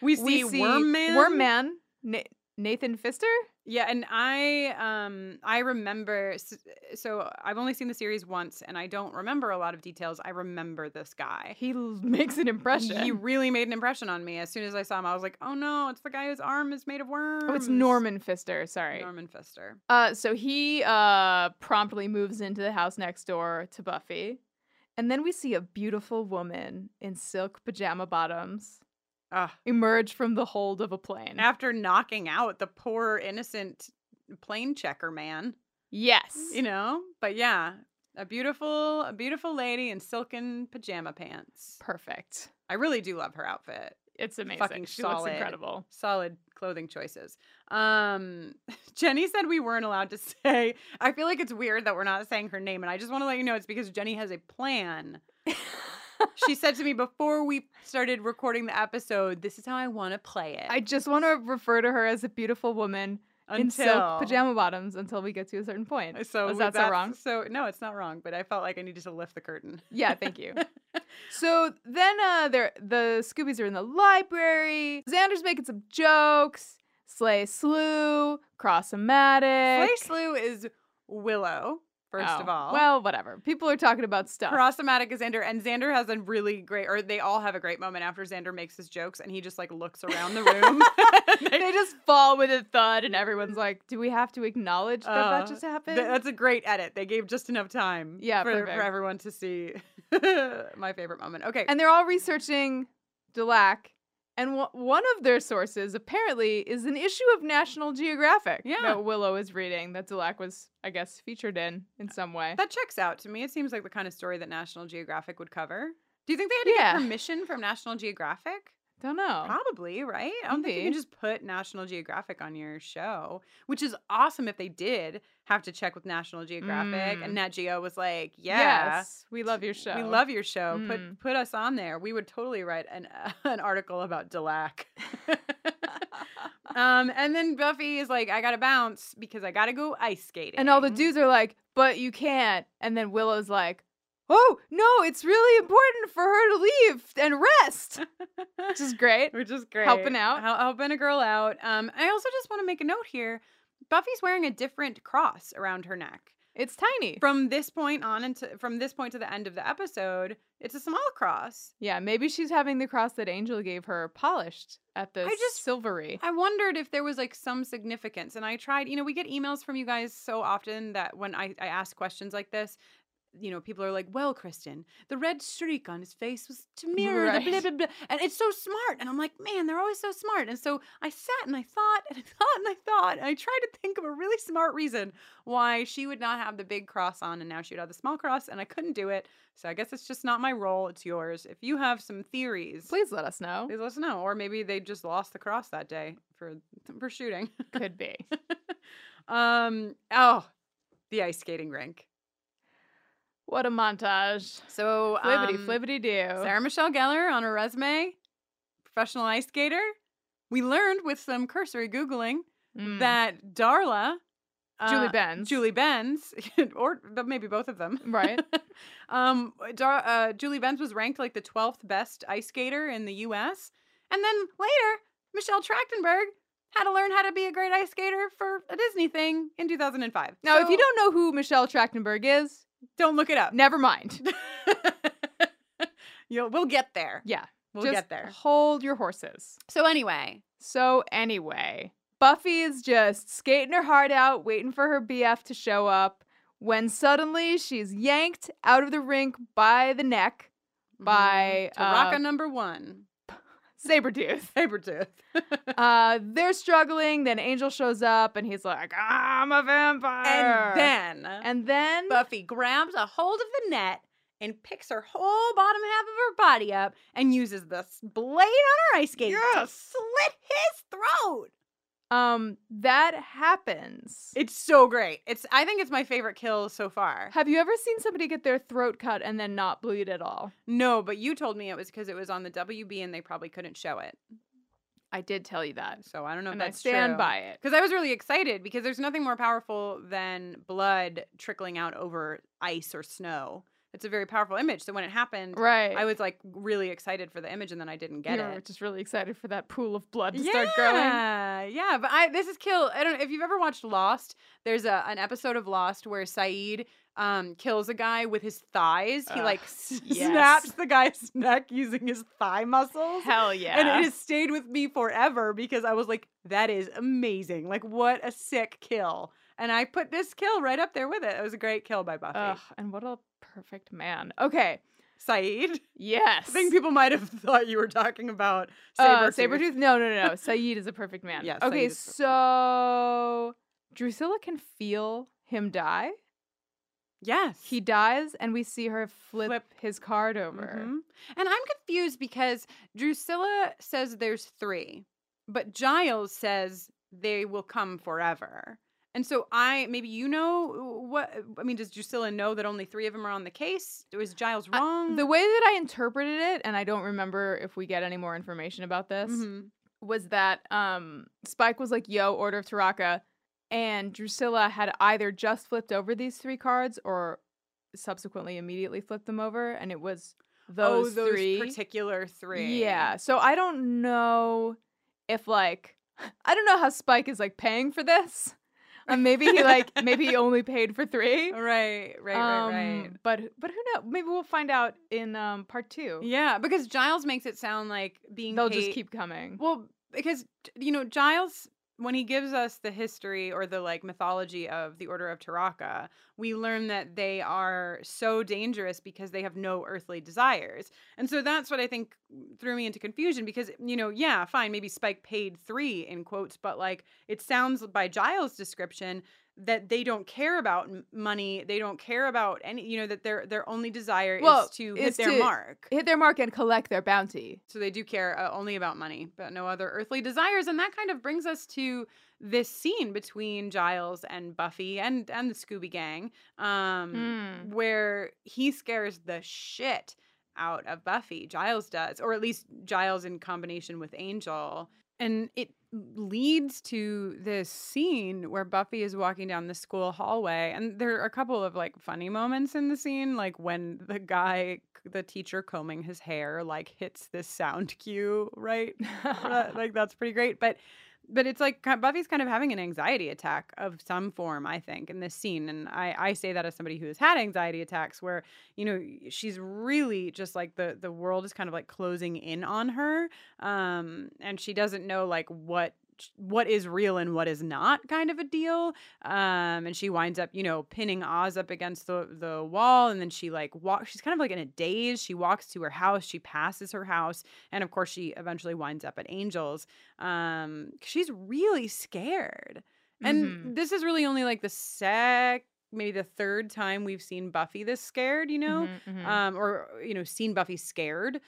[SPEAKER 2] we see, Worm Man.
[SPEAKER 1] Worm Man. Na- Nathan Fister?
[SPEAKER 2] Yeah, and I um I remember s- so I've only seen the series once and I don't remember a lot of details. I remember this guy.
[SPEAKER 1] He l- makes an impression.
[SPEAKER 2] He really made an impression on me. As soon as I saw him, I was like, "Oh no, it's the guy whose arm is made of worms."
[SPEAKER 1] oh, it's Norman Fister. Sorry.
[SPEAKER 2] Norman Fister.
[SPEAKER 1] Uh, so he uh promptly moves into the house next door to Buffy, and then we see a beautiful woman in silk pajama bottoms
[SPEAKER 2] Ugh.
[SPEAKER 1] emerge from the hold of a plane.
[SPEAKER 2] After knocking out the poor innocent plane checker man,
[SPEAKER 1] yes,
[SPEAKER 2] you know. But yeah, a beautiful, a beautiful lady in silken pajama pants.
[SPEAKER 1] perfect.
[SPEAKER 2] I really do love her outfit.
[SPEAKER 1] It's amazing.
[SPEAKER 2] Fucking
[SPEAKER 1] she
[SPEAKER 2] solid.
[SPEAKER 1] looks incredible.
[SPEAKER 2] solid clothing choices. Um, <laughs> Jenny said we weren't allowed to <laughs> say. I feel like it's weird that we're not saying her name, and I just want to let you know it's because Jenny has a plan. she said to me before we started recording the episode, "This is how I want to play it."
[SPEAKER 1] I just want to refer to her as a beautiful woman in silk pajama bottoms until we get to a certain point.
[SPEAKER 2] So
[SPEAKER 1] is that so
[SPEAKER 2] that's-
[SPEAKER 1] wrong?
[SPEAKER 2] So no, it's not wrong. But I felt like I needed to lift the curtain.
[SPEAKER 1] Yeah, thank
[SPEAKER 2] <laughs>
[SPEAKER 1] you. So then uh they're the Scoobies are in the library. Xander's making some jokes. Slay slew, cross-o-matic.
[SPEAKER 2] Slay Slew is Willow first
[SPEAKER 1] Oh,
[SPEAKER 2] of all.
[SPEAKER 1] Well, whatever. People are talking about stuff.
[SPEAKER 2] <laughs> Cross-o-matic is Xander, and Xander has a really great, or they all have a great moment after Xander makes his jokes, and he just like looks
[SPEAKER 1] <laughs>
[SPEAKER 2] around the room.
[SPEAKER 1] <laughs>
[SPEAKER 2] <laughs>
[SPEAKER 1] they just fall with a thud, and everyone's like, "Do we have to acknowledge that
[SPEAKER 2] Uh,
[SPEAKER 1] that just happened?"
[SPEAKER 2] th- that's a great edit. They gave just enough time,
[SPEAKER 1] Yeah,
[SPEAKER 2] for, for
[SPEAKER 1] perfect.
[SPEAKER 2] everyone to see <laughs> my favorite moment. Okay,
[SPEAKER 1] and they're all researching Dulac, and wh- one of their sources apparently is an issue of National Geographic
[SPEAKER 2] Yeah.
[SPEAKER 1] that Willow is reading that Dulac was, I guess, featured in in some way.
[SPEAKER 2] that checks out to me. It seems like the kind of story that National Geographic would cover. Do you think they had to
[SPEAKER 1] Yeah.
[SPEAKER 2] get permission from National Geographic?
[SPEAKER 1] Don't know.
[SPEAKER 2] Probably, right? I don't think you can
[SPEAKER 1] Maybe.
[SPEAKER 2] just put National Geographic on your show, which is awesome if they did have to check with National Geographic
[SPEAKER 1] Mm.
[SPEAKER 2] and Nat Geo was like, yeah.
[SPEAKER 1] Yes, we love your show.
[SPEAKER 2] We love your show.
[SPEAKER 1] Mm.
[SPEAKER 2] Put put us on there. We would totally write an uh, <laughs> an article about Delac. <laughs> um, and then Buffy is like, I gotta bounce because I gotta go ice skating.
[SPEAKER 1] And all the dudes are like, "But you can't." And then Willow's like, "Oh no, it's really important for her to leave and rest," which is
[SPEAKER 2] <laughs>
[SPEAKER 1] great.
[SPEAKER 2] which is great.
[SPEAKER 1] Helping out.
[SPEAKER 2] Hel- helping a girl out. Um, I also just want to make a note here. Buffy's wearing a different cross around her neck.
[SPEAKER 1] It's tiny.
[SPEAKER 2] From this point on into from this point to the end of the episode, it's a small cross.
[SPEAKER 1] Yeah, maybe she's having the cross that Angel gave her polished at the
[SPEAKER 2] I just-
[SPEAKER 1] silvery.
[SPEAKER 2] I wondered if there was like some significance. And I tried, you know, we get emails from you guys so often that when I, I ask questions like this, you know, people are like, well, Kristen, the red streak on his face was to mirror the blah,
[SPEAKER 1] Right.
[SPEAKER 2] blah, blah. And it's so smart. And I'm like, man, they're always so smart. And so I sat and I thought and I thought and I thought. And I tried to think of a really smart reason why she would not have the big cross on and now she would have the small cross. And I couldn't do it. So I guess it's just not my role. It's yours. If you have some theories,
[SPEAKER 1] Please let us know.
[SPEAKER 2] Please let us know. Or maybe they just lost the cross that day for for shooting. <laughs>
[SPEAKER 1] Could be.
[SPEAKER 2] um oh, the ice skating rink.
[SPEAKER 1] What a montage.
[SPEAKER 2] So
[SPEAKER 1] Flibbity
[SPEAKER 2] um,
[SPEAKER 1] flibbity do.
[SPEAKER 2] Sarah Michelle Gellar on her resume, professional ice skater. We learned with some cursory googling
[SPEAKER 1] Mm.
[SPEAKER 2] that Darla
[SPEAKER 1] Julie
[SPEAKER 2] uh,
[SPEAKER 1] Benz.
[SPEAKER 2] Julie Benz, <laughs> or th- maybe both of them.
[SPEAKER 1] <laughs>
[SPEAKER 2] <laughs>
[SPEAKER 1] Right.
[SPEAKER 2] um, Dar- uh, Julie Benz was ranked like the 12th best ice skater in the US. And then later, Michelle Trachtenberg had to learn how to be a great ice skater for a Disney thing in 2005.
[SPEAKER 1] Now, if you
[SPEAKER 2] So
[SPEAKER 1] don't know who Michelle Trachtenberg is,
[SPEAKER 2] don't look it up. <laughs>
[SPEAKER 1] never mind.
[SPEAKER 2] You'll, we'll get there.
[SPEAKER 1] Yeah.
[SPEAKER 2] We'll
[SPEAKER 1] just <sighs>
[SPEAKER 2] get there.
[SPEAKER 1] Hold your horses.
[SPEAKER 2] So anyway,
[SPEAKER 1] So, anyway, Buffy is just skating her heart out, waiting for her BF to show up, when suddenly she's yanked out of the rink by the neck by
[SPEAKER 2] to rock
[SPEAKER 1] uh,
[SPEAKER 2] on Mm-hmm. number one, <laughs>
[SPEAKER 1] <laughs> Sabretooth.
[SPEAKER 2] Sabretooth.
[SPEAKER 1] Uh, they're struggling. Then Angel shows up and he's like, I'm a vampire.
[SPEAKER 2] and then
[SPEAKER 1] and then
[SPEAKER 2] Buffy grabs a hold of the net and picks her whole bottom half of her body up and uses the s- blade on her ice skate to
[SPEAKER 1] Yes.
[SPEAKER 2] slit his throat.
[SPEAKER 1] um, that happens.
[SPEAKER 2] It's so great. It's I think it's my favorite kill so far.
[SPEAKER 1] Have you ever seen somebody get their throat cut and then not bleed at all?
[SPEAKER 2] No, but you told me it was because it was on the WB and they probably couldn't show it.
[SPEAKER 1] I did tell you that.
[SPEAKER 2] So I don't know
[SPEAKER 1] Uh, and
[SPEAKER 2] if
[SPEAKER 1] I
[SPEAKER 2] that's
[SPEAKER 1] stand
[SPEAKER 2] true.
[SPEAKER 1] by it.
[SPEAKER 2] Because I was really excited because there's nothing more powerful than blood trickling out over ice or snow. It's a very powerful image. So when it happened,
[SPEAKER 1] Right.
[SPEAKER 2] I was like really excited for the image and then I didn't get
[SPEAKER 1] you
[SPEAKER 2] it.
[SPEAKER 1] were just really excited for that pool of blood to start growing.
[SPEAKER 2] Yeah, yeah, but I this is kill. I don't know if you've ever watched Lost. There's a an episode of Lost where Saeed um kills a guy with his thighs. He
[SPEAKER 1] Ugh, <laughs>
[SPEAKER 2] like s-
[SPEAKER 1] yes.
[SPEAKER 2] snaps the guy's <laughs> neck using his thigh
[SPEAKER 1] <laughs>
[SPEAKER 2] muscles.
[SPEAKER 1] Hell yeah.
[SPEAKER 2] And it has stayed with me forever because I was like, that is amazing. Like, what a sick kill. And I put this kill right up there with it. It was a great kill by Buffy.
[SPEAKER 1] Ugh, and what a perfect man. Okay.
[SPEAKER 2] Saeed.
[SPEAKER 1] Yes.
[SPEAKER 2] I think people might have <laughs> thought you were talking about
[SPEAKER 1] Uh,
[SPEAKER 2] Saber.
[SPEAKER 1] Sabretooth? No, no, no. no. Saeed is a perfect man.
[SPEAKER 2] Yes,
[SPEAKER 1] Okay,
[SPEAKER 2] Saeed is perfect.
[SPEAKER 1] so Drusilla can feel him die.
[SPEAKER 2] <laughs> Yes.
[SPEAKER 1] He dies, and we see her flip,
[SPEAKER 2] Flip.
[SPEAKER 1] his card over.
[SPEAKER 2] Mhm. And I'm confused because Drusilla says there's three, but Giles says they will come forever. And so I maybe you know what I mean. Does Drusilla know that only three of them are on the case? Was Giles
[SPEAKER 1] I-
[SPEAKER 2] wrong?
[SPEAKER 1] The way that I interpreted it, and I don't remember if we get any more information about this,
[SPEAKER 2] Mhm.
[SPEAKER 1] was that um, Spike was like, "Yo, Order of Taraka," and Drusilla had either just flipped over these three cards or subsequently immediately flipped them over, and it was those,
[SPEAKER 2] oh, those
[SPEAKER 1] three.
[SPEAKER 2] particular three.
[SPEAKER 1] Yeah. So I <laughs> don't know if like I don't know how Spike is like paying for this. Um, maybe he
[SPEAKER 2] <laughs>
[SPEAKER 1] like maybe he only paid for three.
[SPEAKER 2] Right, Oh, right, right, right.
[SPEAKER 1] Um, But but who knows? Maybe we'll find out in um part two.
[SPEAKER 2] Yeah, because Giles makes it sound like being
[SPEAKER 1] They'll just
[SPEAKER 2] paid-
[SPEAKER 1] keep coming.
[SPEAKER 2] Well, because you know Giles, when he gives us the history or the like mythology of the Order of Taraka, we learn that they are so dangerous because they have no earthly desires, and so that's what I think threw me into confusion. Because you know, yeah, fine, maybe Spike paid three in quotes, but like it sounds by Giles' description that they don't care about m- money, they don't care about any, you know, that their their only desire
[SPEAKER 1] Well,
[SPEAKER 2] is to
[SPEAKER 1] is
[SPEAKER 2] hit their
[SPEAKER 1] to-
[SPEAKER 2] mark.
[SPEAKER 1] Hit their mark and collect their bounty.
[SPEAKER 2] So they do care uh, only about money, but no other earthly desires, and that kind of brings us to this scene between Giles and Buffy and and the Scooby Gang, um, where he scares the shit out of Buffy. Giles does, or at least Giles in combination with Angel, and it leads to this scene where Buffy is walking down the school hallway, and there are a couple of like funny moments in the scene, like when the guy, the teacher combing his hair, like hits this sound cue, right? <laughs> That- like that's pretty great, but but it's like ki- Buffy's kind of having an anxiety attack of some form, I think, in this scene, and I I say that as somebody who has had anxiety attacks, where you know she's really just like the the world is kind of like closing in on her um and she doesn't know like what what is real and what is not kind of a deal um and she winds up you know pinning oz up against the the wall and then she like walks she's kind of like in a daze she walks to her house she passes her house and of course she eventually winds up at angels um 'cause she's really scared and
[SPEAKER 1] Mhm.
[SPEAKER 2] this is really only like the sec maybe the third time we've seen buffy this scared you know
[SPEAKER 1] Mhm, mhm.
[SPEAKER 2] um, or you know, seen Buffy scared.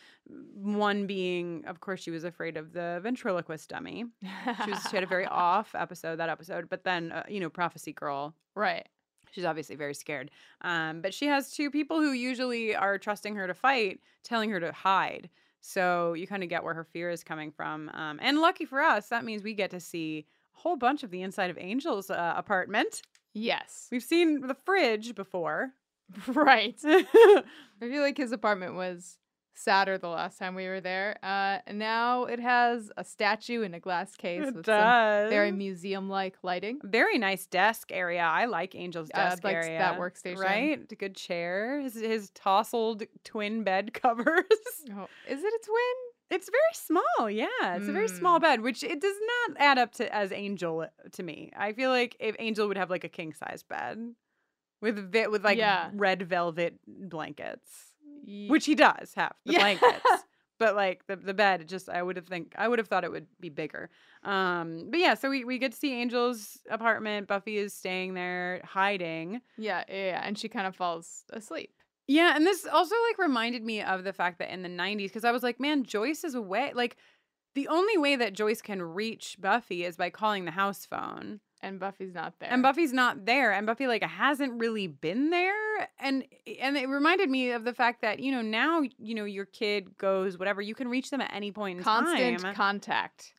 [SPEAKER 2] One being, of course, she was afraid of the ventriloquist dummy. She, was,
[SPEAKER 1] <laughs>
[SPEAKER 2] she had a very off episode that episode, but then uh, you know, Prophecy Girl.
[SPEAKER 1] right.
[SPEAKER 2] She's obviously very scared. Um, but she has two people who usually are trusting her to fight, telling her to hide. So you kind of get where her fear is coming from. Um, and lucky for us, that means we get to see a whole bunch of the inside of Angel's uh, apartment. <laughs>
[SPEAKER 1] Yes.
[SPEAKER 2] We've seen the fridge before. <laughs>
[SPEAKER 1] Right. I feel like his apartment was sadder the last time we were there. Uh, and now it has a statue in a glass case
[SPEAKER 2] It
[SPEAKER 1] with some very
[SPEAKER 2] does.
[SPEAKER 1] museum-like lighting.
[SPEAKER 2] Very nice desk area. I like Angel's
[SPEAKER 1] I
[SPEAKER 2] desk
[SPEAKER 1] liked
[SPEAKER 2] area.
[SPEAKER 1] that workstation.
[SPEAKER 2] right? Good chair. His, his tousled twin bed <laughs> covers.
[SPEAKER 1] Oh, is it a twin? Hmm.
[SPEAKER 2] it's very small. Yeah, it's a very small bed, which it does not add up to as Angel uh, to me. I feel like if Angel would have like a king size bed with vi- with like
[SPEAKER 1] Yeah.
[SPEAKER 2] red velvet blankets,
[SPEAKER 1] Ye-
[SPEAKER 2] which he does have the
[SPEAKER 1] Yeah.
[SPEAKER 2] <laughs> blankets. But like the, the bed, it just I would have think I would have thought it would be bigger. Um, but yeah, so we, we get to see Angel's apartment. Buffy is staying there, hiding.
[SPEAKER 1] yeah, yeah, yeah, and she kind of falls asleep.
[SPEAKER 2] Yeah, and this also like reminded me of the fact that in the 90s, because I was like, man, Joyce is away. Like, the only way that Joyce can reach Buffy is by calling the house phone.
[SPEAKER 1] And Buffy's not there.
[SPEAKER 2] And Buffy's not there, and Buffy like hasn't really been there, and and it reminded me of the fact that you know now you know your kid goes whatever you can reach them at any point in
[SPEAKER 1] constant
[SPEAKER 2] time.
[SPEAKER 1] contact.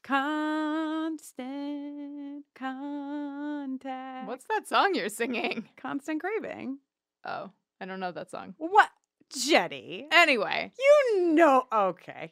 [SPEAKER 2] constant contact.
[SPEAKER 1] What's that song you're singing?
[SPEAKER 2] constant craving?
[SPEAKER 1] Oh, I don't know that song.
[SPEAKER 2] What, Jetty?
[SPEAKER 1] Anyway,
[SPEAKER 2] You know, okay.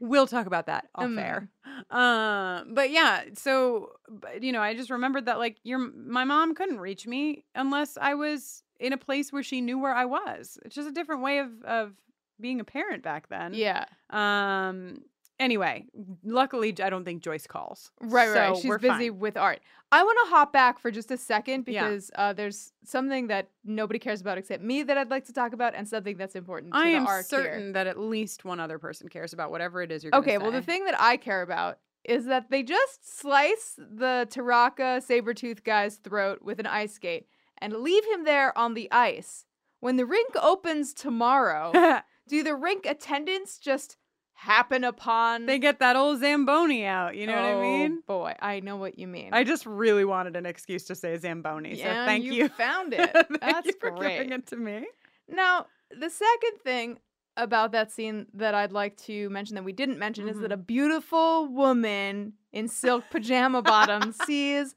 [SPEAKER 2] We'll talk about that off
[SPEAKER 1] Mm.
[SPEAKER 2] air. Um, but yeah, so but, you know, I just remembered that like your my mom couldn't reach me unless I was in a place where she knew where I was. It's just a different way of of being a parent back then.
[SPEAKER 1] yeah,
[SPEAKER 2] Um. Anyway, luckily I don't think Joyce calls.
[SPEAKER 1] right, right.
[SPEAKER 2] So
[SPEAKER 1] She's
[SPEAKER 2] we're
[SPEAKER 1] busy
[SPEAKER 2] fine.
[SPEAKER 1] with art. I want to hop back for just a second
[SPEAKER 2] Yeah.
[SPEAKER 1] because uh, there's something that nobody cares about except me that I'd like to talk about, and something that's important to
[SPEAKER 2] I
[SPEAKER 1] the
[SPEAKER 2] am
[SPEAKER 1] arc here.
[SPEAKER 2] certain that at least one other person cares about whatever it is you're. gonna
[SPEAKER 1] Okay, well, the
[SPEAKER 2] say.
[SPEAKER 1] thing that I care about is that they just slice the Taraka saber-tooth guy's throat with an ice skate and leave him there on the ice. When the rink opens
[SPEAKER 2] <laughs>
[SPEAKER 1] tomorrow, do the rink attendants just happen upon?
[SPEAKER 2] they get that old zamboni out. You know what I
[SPEAKER 1] Oh,
[SPEAKER 2] mean?
[SPEAKER 1] Boy, I know what you mean.
[SPEAKER 2] I just really wanted an excuse to say Zamboni.
[SPEAKER 1] Yeah,
[SPEAKER 2] so thank
[SPEAKER 1] you <laughs>
[SPEAKER 2] you.
[SPEAKER 1] found
[SPEAKER 2] <laughs>
[SPEAKER 1] it.
[SPEAKER 2] Thank
[SPEAKER 1] That's
[SPEAKER 2] you for
[SPEAKER 1] great.
[SPEAKER 2] giving it to me.
[SPEAKER 1] Now, the second thing about that scene that I'd like to mention that we didn't mention is that
[SPEAKER 2] Mhm.
[SPEAKER 1] a beautiful woman in silk pajama
[SPEAKER 2] <laughs>
[SPEAKER 1] bottoms sees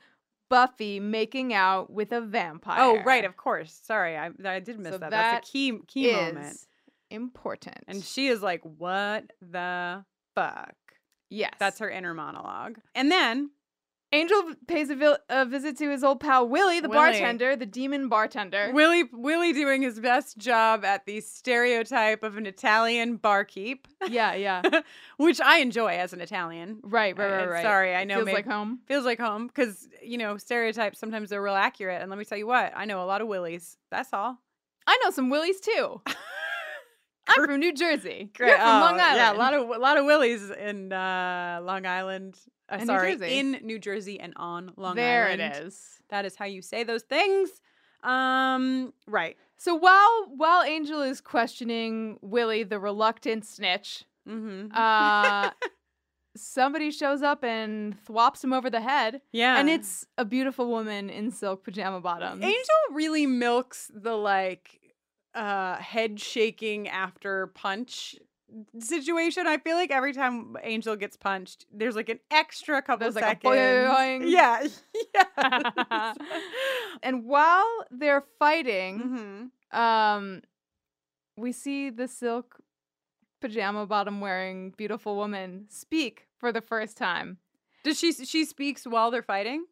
[SPEAKER 1] Buffy making out with a vampire.
[SPEAKER 2] Oh, right, of course. Sorry, I, I did miss
[SPEAKER 1] So
[SPEAKER 2] that.
[SPEAKER 1] that
[SPEAKER 2] That's a key key
[SPEAKER 1] is
[SPEAKER 2] moment.
[SPEAKER 1] important.
[SPEAKER 2] And she is like, "What the fuck?"
[SPEAKER 1] yes,
[SPEAKER 2] That's her inner monologue. And then
[SPEAKER 1] Angel pays a, vil- a visit to his old pal Willie, the
[SPEAKER 2] Willie.
[SPEAKER 1] bartender, the demon bartender.
[SPEAKER 2] Willie Willie doing his best job at the stereotype of an Italian barkeep,
[SPEAKER 1] yeah,
[SPEAKER 2] <laughs>
[SPEAKER 1] yeah.
[SPEAKER 2] which I enjoy as an Italian.
[SPEAKER 1] Right, right,
[SPEAKER 2] I-
[SPEAKER 1] right, right.
[SPEAKER 2] Sorry, I
[SPEAKER 1] It
[SPEAKER 2] know
[SPEAKER 1] Feels
[SPEAKER 2] maybe-
[SPEAKER 1] like home.
[SPEAKER 2] Feels like home because you know stereotypes sometimes they're real accurate. And let me tell you what, I know a lot of Willies. That's all.
[SPEAKER 1] I know some Willies
[SPEAKER 2] <laughs>
[SPEAKER 1] too. I'm from New Jersey.
[SPEAKER 2] Great.
[SPEAKER 1] You're from
[SPEAKER 2] Oh,
[SPEAKER 1] Long Island.
[SPEAKER 2] Yeah, a lot of a lot of Willies in uh, Long Island. Uh,
[SPEAKER 1] And New
[SPEAKER 2] sorry,
[SPEAKER 1] Jersey.
[SPEAKER 2] in New Jersey and on Long
[SPEAKER 1] there
[SPEAKER 2] Island.
[SPEAKER 1] it is.
[SPEAKER 2] That is how you say those things. Um, right.
[SPEAKER 1] So while while Angel is questioning Willie, the reluctant
[SPEAKER 2] <laughs>
[SPEAKER 1] snitch,
[SPEAKER 2] Mm-hmm.
[SPEAKER 1] uh, somebody shows up and thwops him over the head.
[SPEAKER 2] yeah, Mm-hmm.
[SPEAKER 1] And it's a beautiful woman in silk pajama bottoms.
[SPEAKER 2] Angel really milks the like uh head shaking after punch situation. I feel like every time Angel gets punched, there's like an extra couple
[SPEAKER 1] There's, like, a
[SPEAKER 2] seconds.
[SPEAKER 1] boing.
[SPEAKER 2] Yeah. <laughs> yeah.
[SPEAKER 1] <laughs> and while they're fighting,
[SPEAKER 2] hmm
[SPEAKER 1] um, we see the silk pajama bottom wearing beautiful woman speak for the first time.
[SPEAKER 2] Does she she speaks while they're fighting?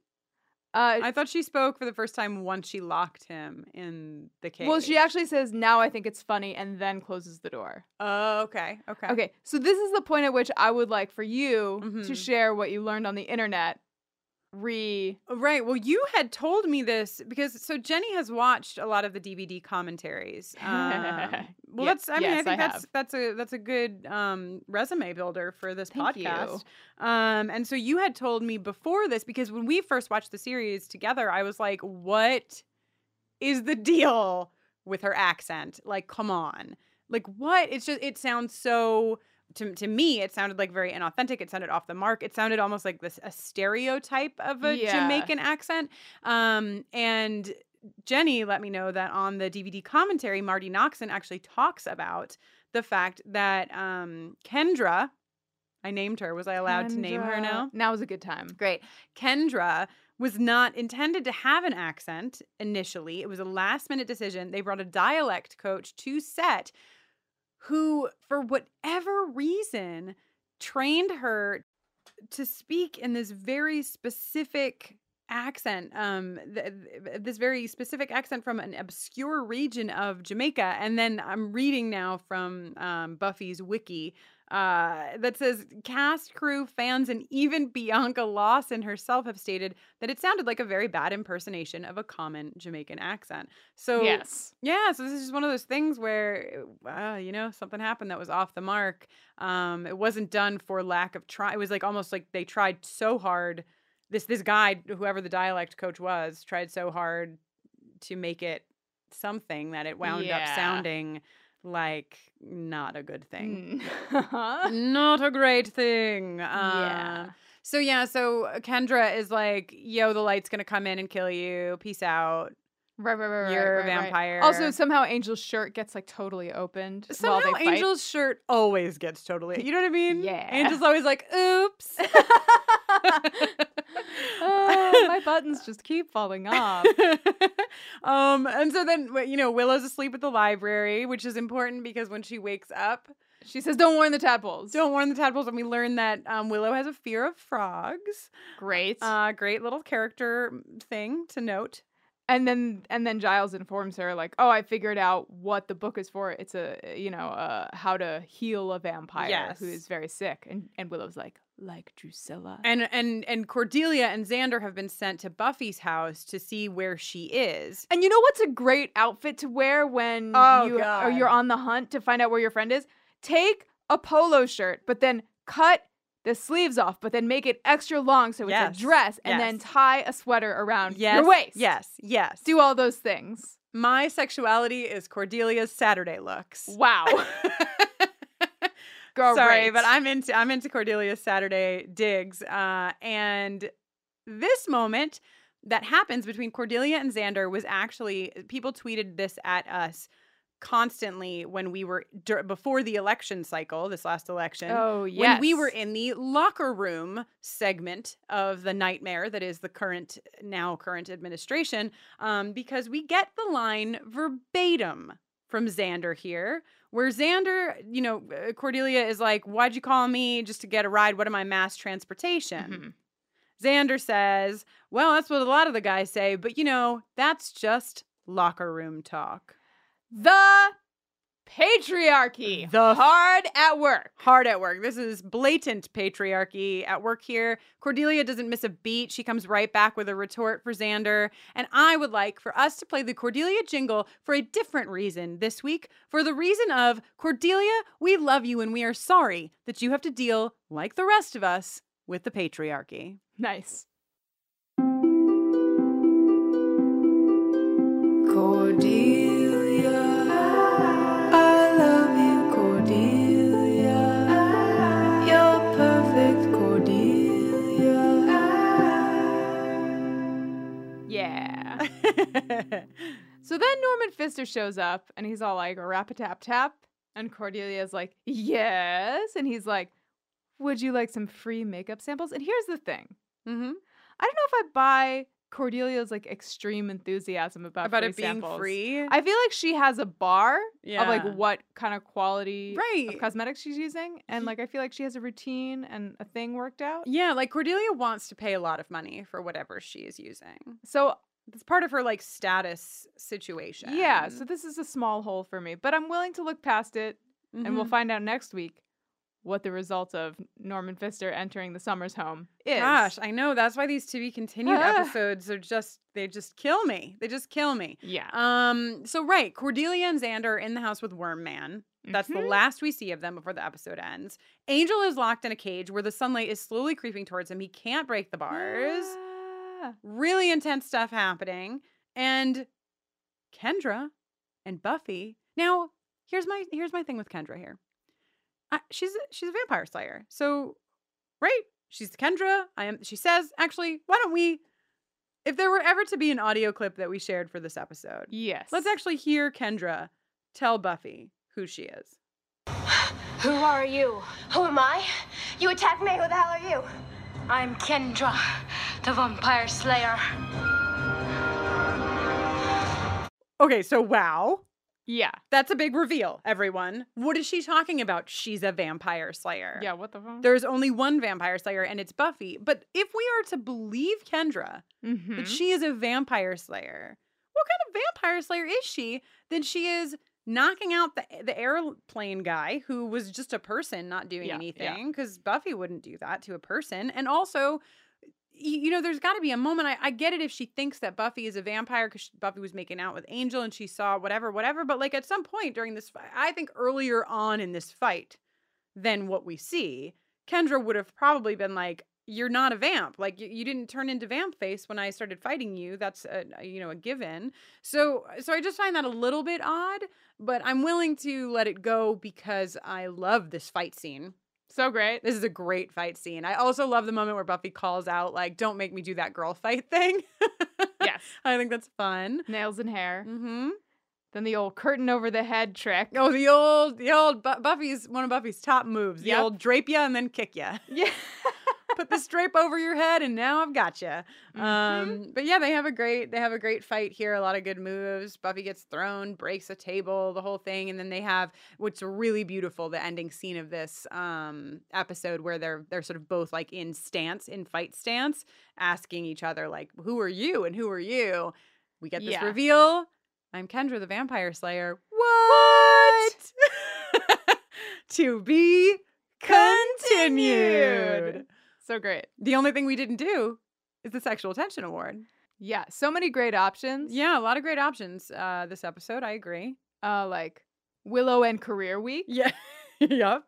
[SPEAKER 1] Uh,
[SPEAKER 2] I thought she spoke for the first time once she locked him in the cage.
[SPEAKER 1] well, she actually says, "Now I think it's funny," and then closes the door.
[SPEAKER 2] Oh, okay. Okay.
[SPEAKER 1] Okay, so this is the point at which I would like for you to
[SPEAKER 2] Mhm.
[SPEAKER 1] share what you learned on the internet. Re
[SPEAKER 2] Uh, Right. Well, you had told me this because so Jenny has watched a lot of the DVD commentaries.
[SPEAKER 1] <laughs>
[SPEAKER 2] Um, well,
[SPEAKER 1] Ye-
[SPEAKER 2] that's. I mean, I
[SPEAKER 1] yes,
[SPEAKER 2] think
[SPEAKER 1] I
[SPEAKER 2] that's
[SPEAKER 1] have.
[SPEAKER 2] that's a that's a good um, resume builder for this
[SPEAKER 1] Thank
[SPEAKER 2] podcast. Um, and so you had told me before this because when we first watched the series together, I was like, "What is the deal with her accent? Like, come on, like what? It's just it sounds so." To, to me, it sounded like very inauthentic. It sounded off the mark. It sounded almost like this a stereotype of a
[SPEAKER 1] Yeah.
[SPEAKER 2] Jamaican accent. Um, and Jenny let me know that on the DVD commentary, Marty Noxon actually talks about the fact that um, Kendra, I named her. Was I allowed to name her
[SPEAKER 1] Kendra-
[SPEAKER 2] now?
[SPEAKER 1] uh, Now is a good time.
[SPEAKER 2] Great. Kendra was not intended to have an accent initially. It was a last minute decision. They brought a dialect coach to set who, for whatever reason, trained her to speak in this very specific accent um th- th- this very specific accent from an obscure region of Jamaica and then I'm reading now from um Buffy's wiki uh, that says cast, crew, fans, and even Bianca Lawson herself have stated that it sounded like a very bad impersonation of a common Jamaican accent. So
[SPEAKER 1] yes.
[SPEAKER 2] yeah, so this is just one of those things where, uh, you know, something happened that was off the mark. Um, it wasn't done for lack of try. It was like almost like they tried so hard. This this guy, whoever the dialect coach was, tried so hard to make it something that it wound up
[SPEAKER 1] Yeah.
[SPEAKER 2] sounding like not a good thing
[SPEAKER 1] Hmm. <laughs>
[SPEAKER 2] Uh,
[SPEAKER 1] Mm.
[SPEAKER 2] <laughs> not a great thing. Uh,
[SPEAKER 1] Yeah.
[SPEAKER 2] So yeah, so uh, Kendra is like, "Yo, the light's gonna come in and kill you. Peace out.
[SPEAKER 1] right, right, right, right.
[SPEAKER 2] You're a
[SPEAKER 1] right, right.
[SPEAKER 2] vampire."
[SPEAKER 1] Also, somehow Angel's shirt gets like totally opened while they
[SPEAKER 2] Somehow
[SPEAKER 1] fight. <laughs>
[SPEAKER 2] Angel's shirt always gets totally. You know what I mean?
[SPEAKER 1] Yeah.
[SPEAKER 2] Angel's always like, <laughs> "Oops."
[SPEAKER 1] oh, my <laughs> buttons just keep falling off.
[SPEAKER 2] <laughs> um, and so then w- you know Willow's asleep at the library, which is important because when she wakes up,
[SPEAKER 1] <laughs> She says, "Don't warn the tadpoles."
[SPEAKER 2] don't warn the tadpoles, and we learn that um, Willow has a fear of frogs.
[SPEAKER 1] Great.
[SPEAKER 2] Uh, great little character mm, thing to note.
[SPEAKER 1] and then and then Giles informs her like, "Oh, I figured out what the book is for. It's a you know uh, how to heal a vampire who
[SPEAKER 2] Yes.
[SPEAKER 1] is very sick." And and Willow's like, "Like Drusilla."
[SPEAKER 2] And and and Cordelia and Xander have been sent to Buffy's house to see where she is.
[SPEAKER 1] And you know what's a great outfit to wear when
[SPEAKER 2] Oh,
[SPEAKER 1] you or
[SPEAKER 2] God.
[SPEAKER 1] you're on the hunt to find out where your friend is? Take a polo shirt, but then cut the sleeves off, but then make it extra long so it's
[SPEAKER 2] Yes.
[SPEAKER 1] a dress, and then
[SPEAKER 2] Yes.
[SPEAKER 1] tie a sweater around
[SPEAKER 2] Yes.
[SPEAKER 1] your waist.
[SPEAKER 2] Yes. Yes.
[SPEAKER 1] Do all those things.
[SPEAKER 2] my sexuality is Cordelia's Saturday looks.
[SPEAKER 1] <laughs> Wow. Great.
[SPEAKER 2] Sorry, but I'm into I'm into Cordelia's Saturday digs. Uh, and this moment that happens between Cordelia and Xander was actually people tweeted this at us constantly when we were dur- before the election cycle, this last election.
[SPEAKER 1] Oh yes.
[SPEAKER 2] when we were in the locker room segment of the nightmare that is the current now current administration um, because we get the line verbatim from xander here where xander you know uh, cordelia is like why'd you call me just to get a ride what am i mass
[SPEAKER 1] Mhm.
[SPEAKER 2] transportation Xander says, Well, that's what a lot of the guys say, but you know, that's just locker room talk.
[SPEAKER 1] The patriarchy.
[SPEAKER 2] The-
[SPEAKER 1] hard at work.
[SPEAKER 2] Hard at work. This is blatant patriarchy at work here. Cordelia doesn't miss a beat. She comes right back with a retort for Xander. And I would like for us to play the Cordelia jingle for a different reason this week for the reason of Cordelia, we love you and we are sorry that you have to deal, like the rest of us, with the patriarchy.
[SPEAKER 1] <laughs> Nice.
[SPEAKER 6] Cordelia, I love you, Cordelia. You're perfect, Cordelia.
[SPEAKER 1] Yeah. <laughs> so then Norman Fister shows up and he's all like, rap a tap tap. And Cordelia's like, yes. And he's like, would you like some free makeup samples? And here's the thing
[SPEAKER 2] Mm-hmm.
[SPEAKER 1] I don't know if I buy Cordelia's like extreme enthusiasm about,
[SPEAKER 2] About
[SPEAKER 1] free
[SPEAKER 2] it being
[SPEAKER 1] samples.
[SPEAKER 2] free.
[SPEAKER 1] I feel like she has a bar of
[SPEAKER 2] Yeah.
[SPEAKER 1] like what kind of quality
[SPEAKER 2] Right.
[SPEAKER 1] of cosmetics she's using. And like I feel like she has a routine and a thing worked out.
[SPEAKER 2] Yeah, like Cordelia wants to pay a lot of money for whatever she is using.
[SPEAKER 1] So
[SPEAKER 2] It's part of her like status situation.
[SPEAKER 1] yeah, so this is a small hole for me. But I'm willing to look past it and we'll
[SPEAKER 2] Mhm.
[SPEAKER 1] find out next week what the result of Norman Fister entering the Summers home is.
[SPEAKER 2] Gosh, I know. That's why these to be continued
[SPEAKER 1] Ah.
[SPEAKER 2] episodes are just they just kill me. They just kill me.
[SPEAKER 1] yeah.
[SPEAKER 2] Um, so right, Cordelia and Xander are in the house with Worm Man. um, That's
[SPEAKER 1] Mm-hmm.
[SPEAKER 2] the last we see of them before the episode ends. Angel is locked in a cage where the sunlight is slowly creeping towards him. He can't break the bars.
[SPEAKER 1] Ah.
[SPEAKER 2] really intense stuff happening and kendra and buffy now here's my here's my thing with kendra here I, she's a, she's a vampire slayer so right she's kendra i am she says actually why don't we if there were ever to be an audio clip that we shared for this episode
[SPEAKER 1] Yes.
[SPEAKER 2] let's actually hear kendra tell buffy who she is
[SPEAKER 7] Who are you? Who am I? You attacked me. Who the hell are you? I'm Kendra, the vampire slayer.
[SPEAKER 2] okay so wow
[SPEAKER 1] Yeah.
[SPEAKER 2] that's a big reveal everyone what is she talking about she's a vampire slayer
[SPEAKER 1] Yeah, what the fuck?
[SPEAKER 2] There's only one vampire slayer, and it's Buffy. But if we are to believe Kendra
[SPEAKER 1] Mhm.
[SPEAKER 2] that she is a vampire slayer, what kind of vampire slayer is she? Then she is knocking out the the airplane guy who was just a person not doing
[SPEAKER 1] Yeah, yeah.
[SPEAKER 2] anything because Buffy wouldn't do that to a person, and also. y- You know, there's got to be a moment. I, I get it if she thinks that Buffy is a vampire because Buffy was making out with Angel and she saw whatever, whatever. But like at some point during this, fi- I think earlier on in this fight, than what we see, Kendra would have probably been like, "You're not a vamp. Like you, you didn't turn into vamp face when I started fighting you. That's a, a, you know a given." So uh, so I just find that a little bit odd, but I'm willing to let it go because I love this fight scene.
[SPEAKER 1] so great.
[SPEAKER 2] This is a great fight scene. I also love the moment where Buffy calls out like, "Don't make me do that girl fight <laughs> thing."
[SPEAKER 1] Yes.
[SPEAKER 2] I think that's fun.
[SPEAKER 1] Nails and hair.
[SPEAKER 2] Mhm.
[SPEAKER 1] Then the old curtain over the head trick.
[SPEAKER 2] Oh, the old the old Bu- Buffy's one of Buffy's top moves. The
[SPEAKER 1] Yep.
[SPEAKER 2] old drape ya and then kick ya. <laughs>
[SPEAKER 1] Yeah.
[SPEAKER 2] put this drape over your head and now i've got you um
[SPEAKER 1] Mhm.
[SPEAKER 2] but yeah they have a great they have a great fight here a lot of good moves buffy gets thrown breaks a table the whole thing and then they have what's really beautiful the ending scene of this um episode where they're they're sort of both like in stance in fight stance asking each other like who are you and who are you we get this
[SPEAKER 1] Yeah.
[SPEAKER 2] reveal i'm kendra the vampire slayer what, <laughs> to be continued.
[SPEAKER 1] <laughs> So great.
[SPEAKER 2] The only thing we didn't do is the sexual attention award.
[SPEAKER 1] Yeah. So many great options.
[SPEAKER 2] Yeah, a lot of great options uh, this episode. I agree.
[SPEAKER 1] Uh, like Willow and Career Week,
[SPEAKER 2] <laughs> Yeah. yep.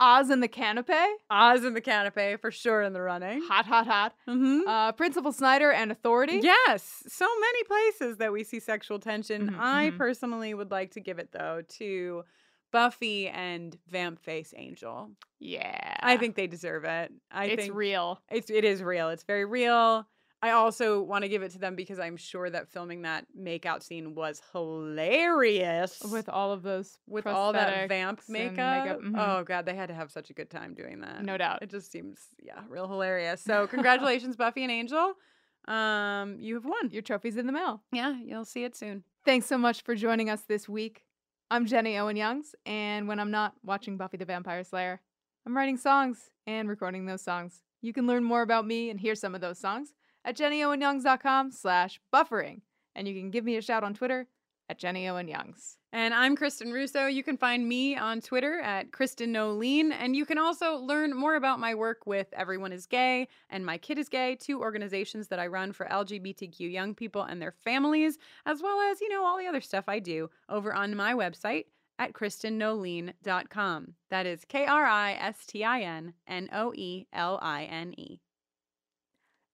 [SPEAKER 1] Oz and the Canopy,
[SPEAKER 2] Oz in the canopy for sure in the running.
[SPEAKER 1] Hot, Hot, Hot,
[SPEAKER 2] Mm-hmm.
[SPEAKER 1] uh, Principal Snyder and Authority.
[SPEAKER 2] Yes, so many places that we see sexual tension.
[SPEAKER 1] Mhm,
[SPEAKER 2] I
[SPEAKER 1] mhm.
[SPEAKER 2] personally would like to give it though to Buffy and Vampface Angel.
[SPEAKER 1] Yeah.
[SPEAKER 2] I think they deserve it.
[SPEAKER 1] Ah.
[SPEAKER 2] I
[SPEAKER 1] it's
[SPEAKER 2] think
[SPEAKER 1] real.
[SPEAKER 2] It's it is real. It's very real. I also want to give it to them because I'm sure that filming that makeout scene was hilarious
[SPEAKER 1] With all of those,
[SPEAKER 2] with all that
[SPEAKER 1] prosthetics
[SPEAKER 2] vamp
[SPEAKER 1] and
[SPEAKER 2] makeup.
[SPEAKER 1] mhm.
[SPEAKER 2] Oh god, they had to have such a good time doing that.
[SPEAKER 1] No doubt.
[SPEAKER 2] It just seems yeah, real hilarious. So congratulations, Buffy and Angel. Um, you have won.
[SPEAKER 1] your trophy's in the mail.
[SPEAKER 2] yeah, you'll see it soon.
[SPEAKER 1] Thanks so much for joining us this week. I'm Jenny Owen Youngs, and when I'm not watching Buffy the Vampire Slayer, I'm writing songs and recording those songs
[SPEAKER 8] You can learn more about me and hear some of those songs at jennyowenyoungs.com slash buffering. And you can give me a shout on Twitter at Jenny Owen Youngs.
[SPEAKER 2] And I'm Kristen Russo. You can find me on Twitter at Kristen Noline. And you can also learn more about my work with Everyone is Gay and My Kid is Gay, two organizations that I run for LGBTQ young people and their families, as well as, you know, all the other stuff I do over on my website at KristenNoline.com. That is K R I S T I N N O E L I N E.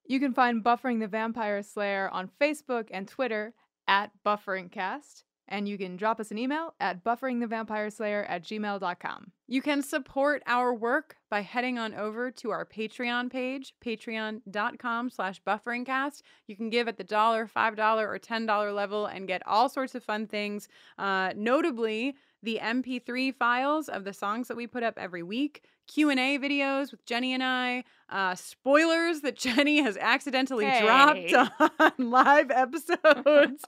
[SPEAKER 8] You can find Buffering the Vampire Slayer on Facebook and Twitter at BufferingCast. And you can drop us an email at bufferingthevampireslayer at gmail.com.
[SPEAKER 2] You can support our work by heading on over to our Patreon page, patreon.com slash bufferingcast. You can give at the dollar, $5, or $10 level and get all sorts of fun things, uh, notably the MP3 files of the songs that we put up every week, Q&A videos with Jenny and I, uh, spoilers that <laughs> Jenny has accidentally
[SPEAKER 8] Hey.
[SPEAKER 2] dropped on <laughs> live episodes,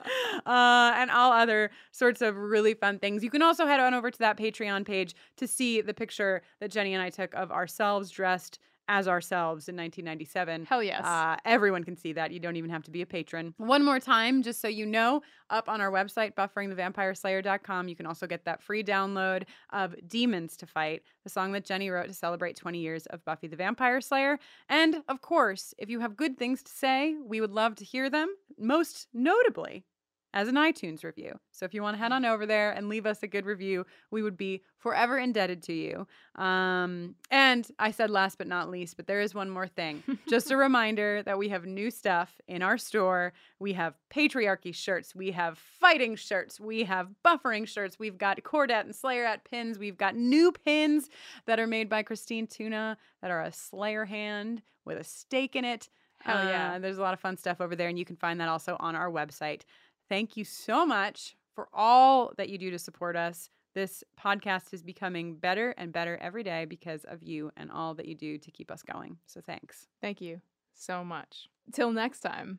[SPEAKER 2] uh, and all other sorts of really fun things. You can also head on over to that Patreon page to see the picture that Jenny and I took of ourselves dressed as ourselves in 1997.
[SPEAKER 8] Hell
[SPEAKER 1] Oh,
[SPEAKER 8] yes.
[SPEAKER 2] Uh, everyone can see that. You don't even have to be a patron. One more time, just so you know, up on our website, bufferingthevampireslayer.com, you can also get that free download of Demons to Fight, the song that Jenny wrote to celebrate 20 years of Buffy the Vampire Slayer. And of course, if you have good things to say, we would love to hear them, most notably as an iTunes review. So if you want to head on over there and leave us a good review, we would be forever indebted to you. Um, and I said last but not least, but there is one more
[SPEAKER 8] <laughs>
[SPEAKER 2] thing. Just a reminder that we have new stuff in our store. We have patriarchy shirts, we have fighting shirts, we have buffering shirts, we've got cordet and slayer at pins, we've got new pins that are made by Christine Tuna that are a slayer hand with a stake in it.
[SPEAKER 8] Hell yeah.
[SPEAKER 2] Uh, there's a lot of fun stuff over there, and you can find that also on our website. Thank you so much for all that you do to support us. This podcast is becoming better and better every day because of you and all that you do to keep us going. So thanks.
[SPEAKER 8] Thank you so much. Till next time.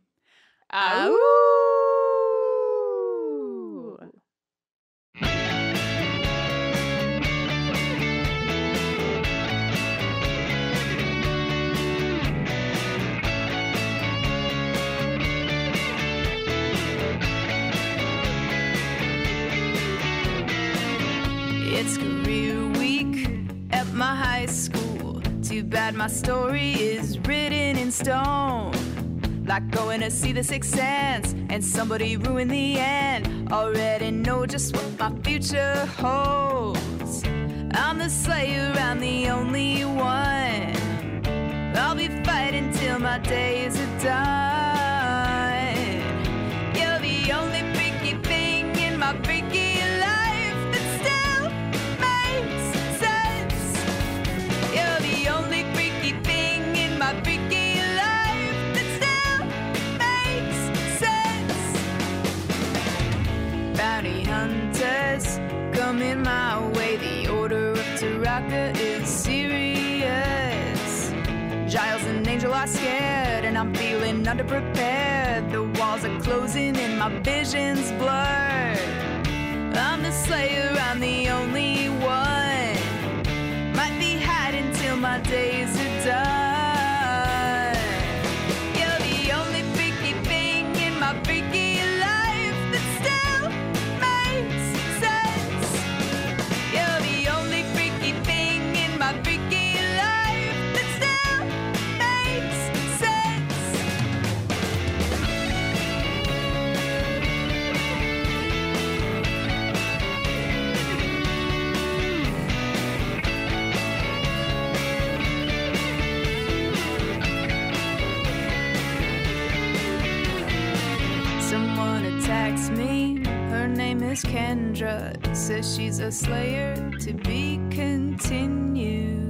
[SPEAKER 8] Ooh.
[SPEAKER 1] It's career week at my high school. Too bad my story is written in stone. Like going to see the Sixth Sense and somebody ruin the end. Already know just what my future holds. I'm the slayer, I'm the only one. I'll be fighting till my days are done. You're the only freaky thing in my freaky life that still makes sense. You're the only freaky thing in my freaky life that still makes sense. Bounty hunters coming my way. The order of Taraka is serious. Giles and Angel are scared, and I'm feeling underprepared. The walls are closing, and my vision's blurred. I'm the Slayer, I'm the only one. Might be hiding till my days are done. You're the only freaky thing in my freaky life that still makes sense. You're the only freaky thing in my freaky life that still makes sense. Someone attacks me. Her name is Kendra. Says she's a slayer to be continued.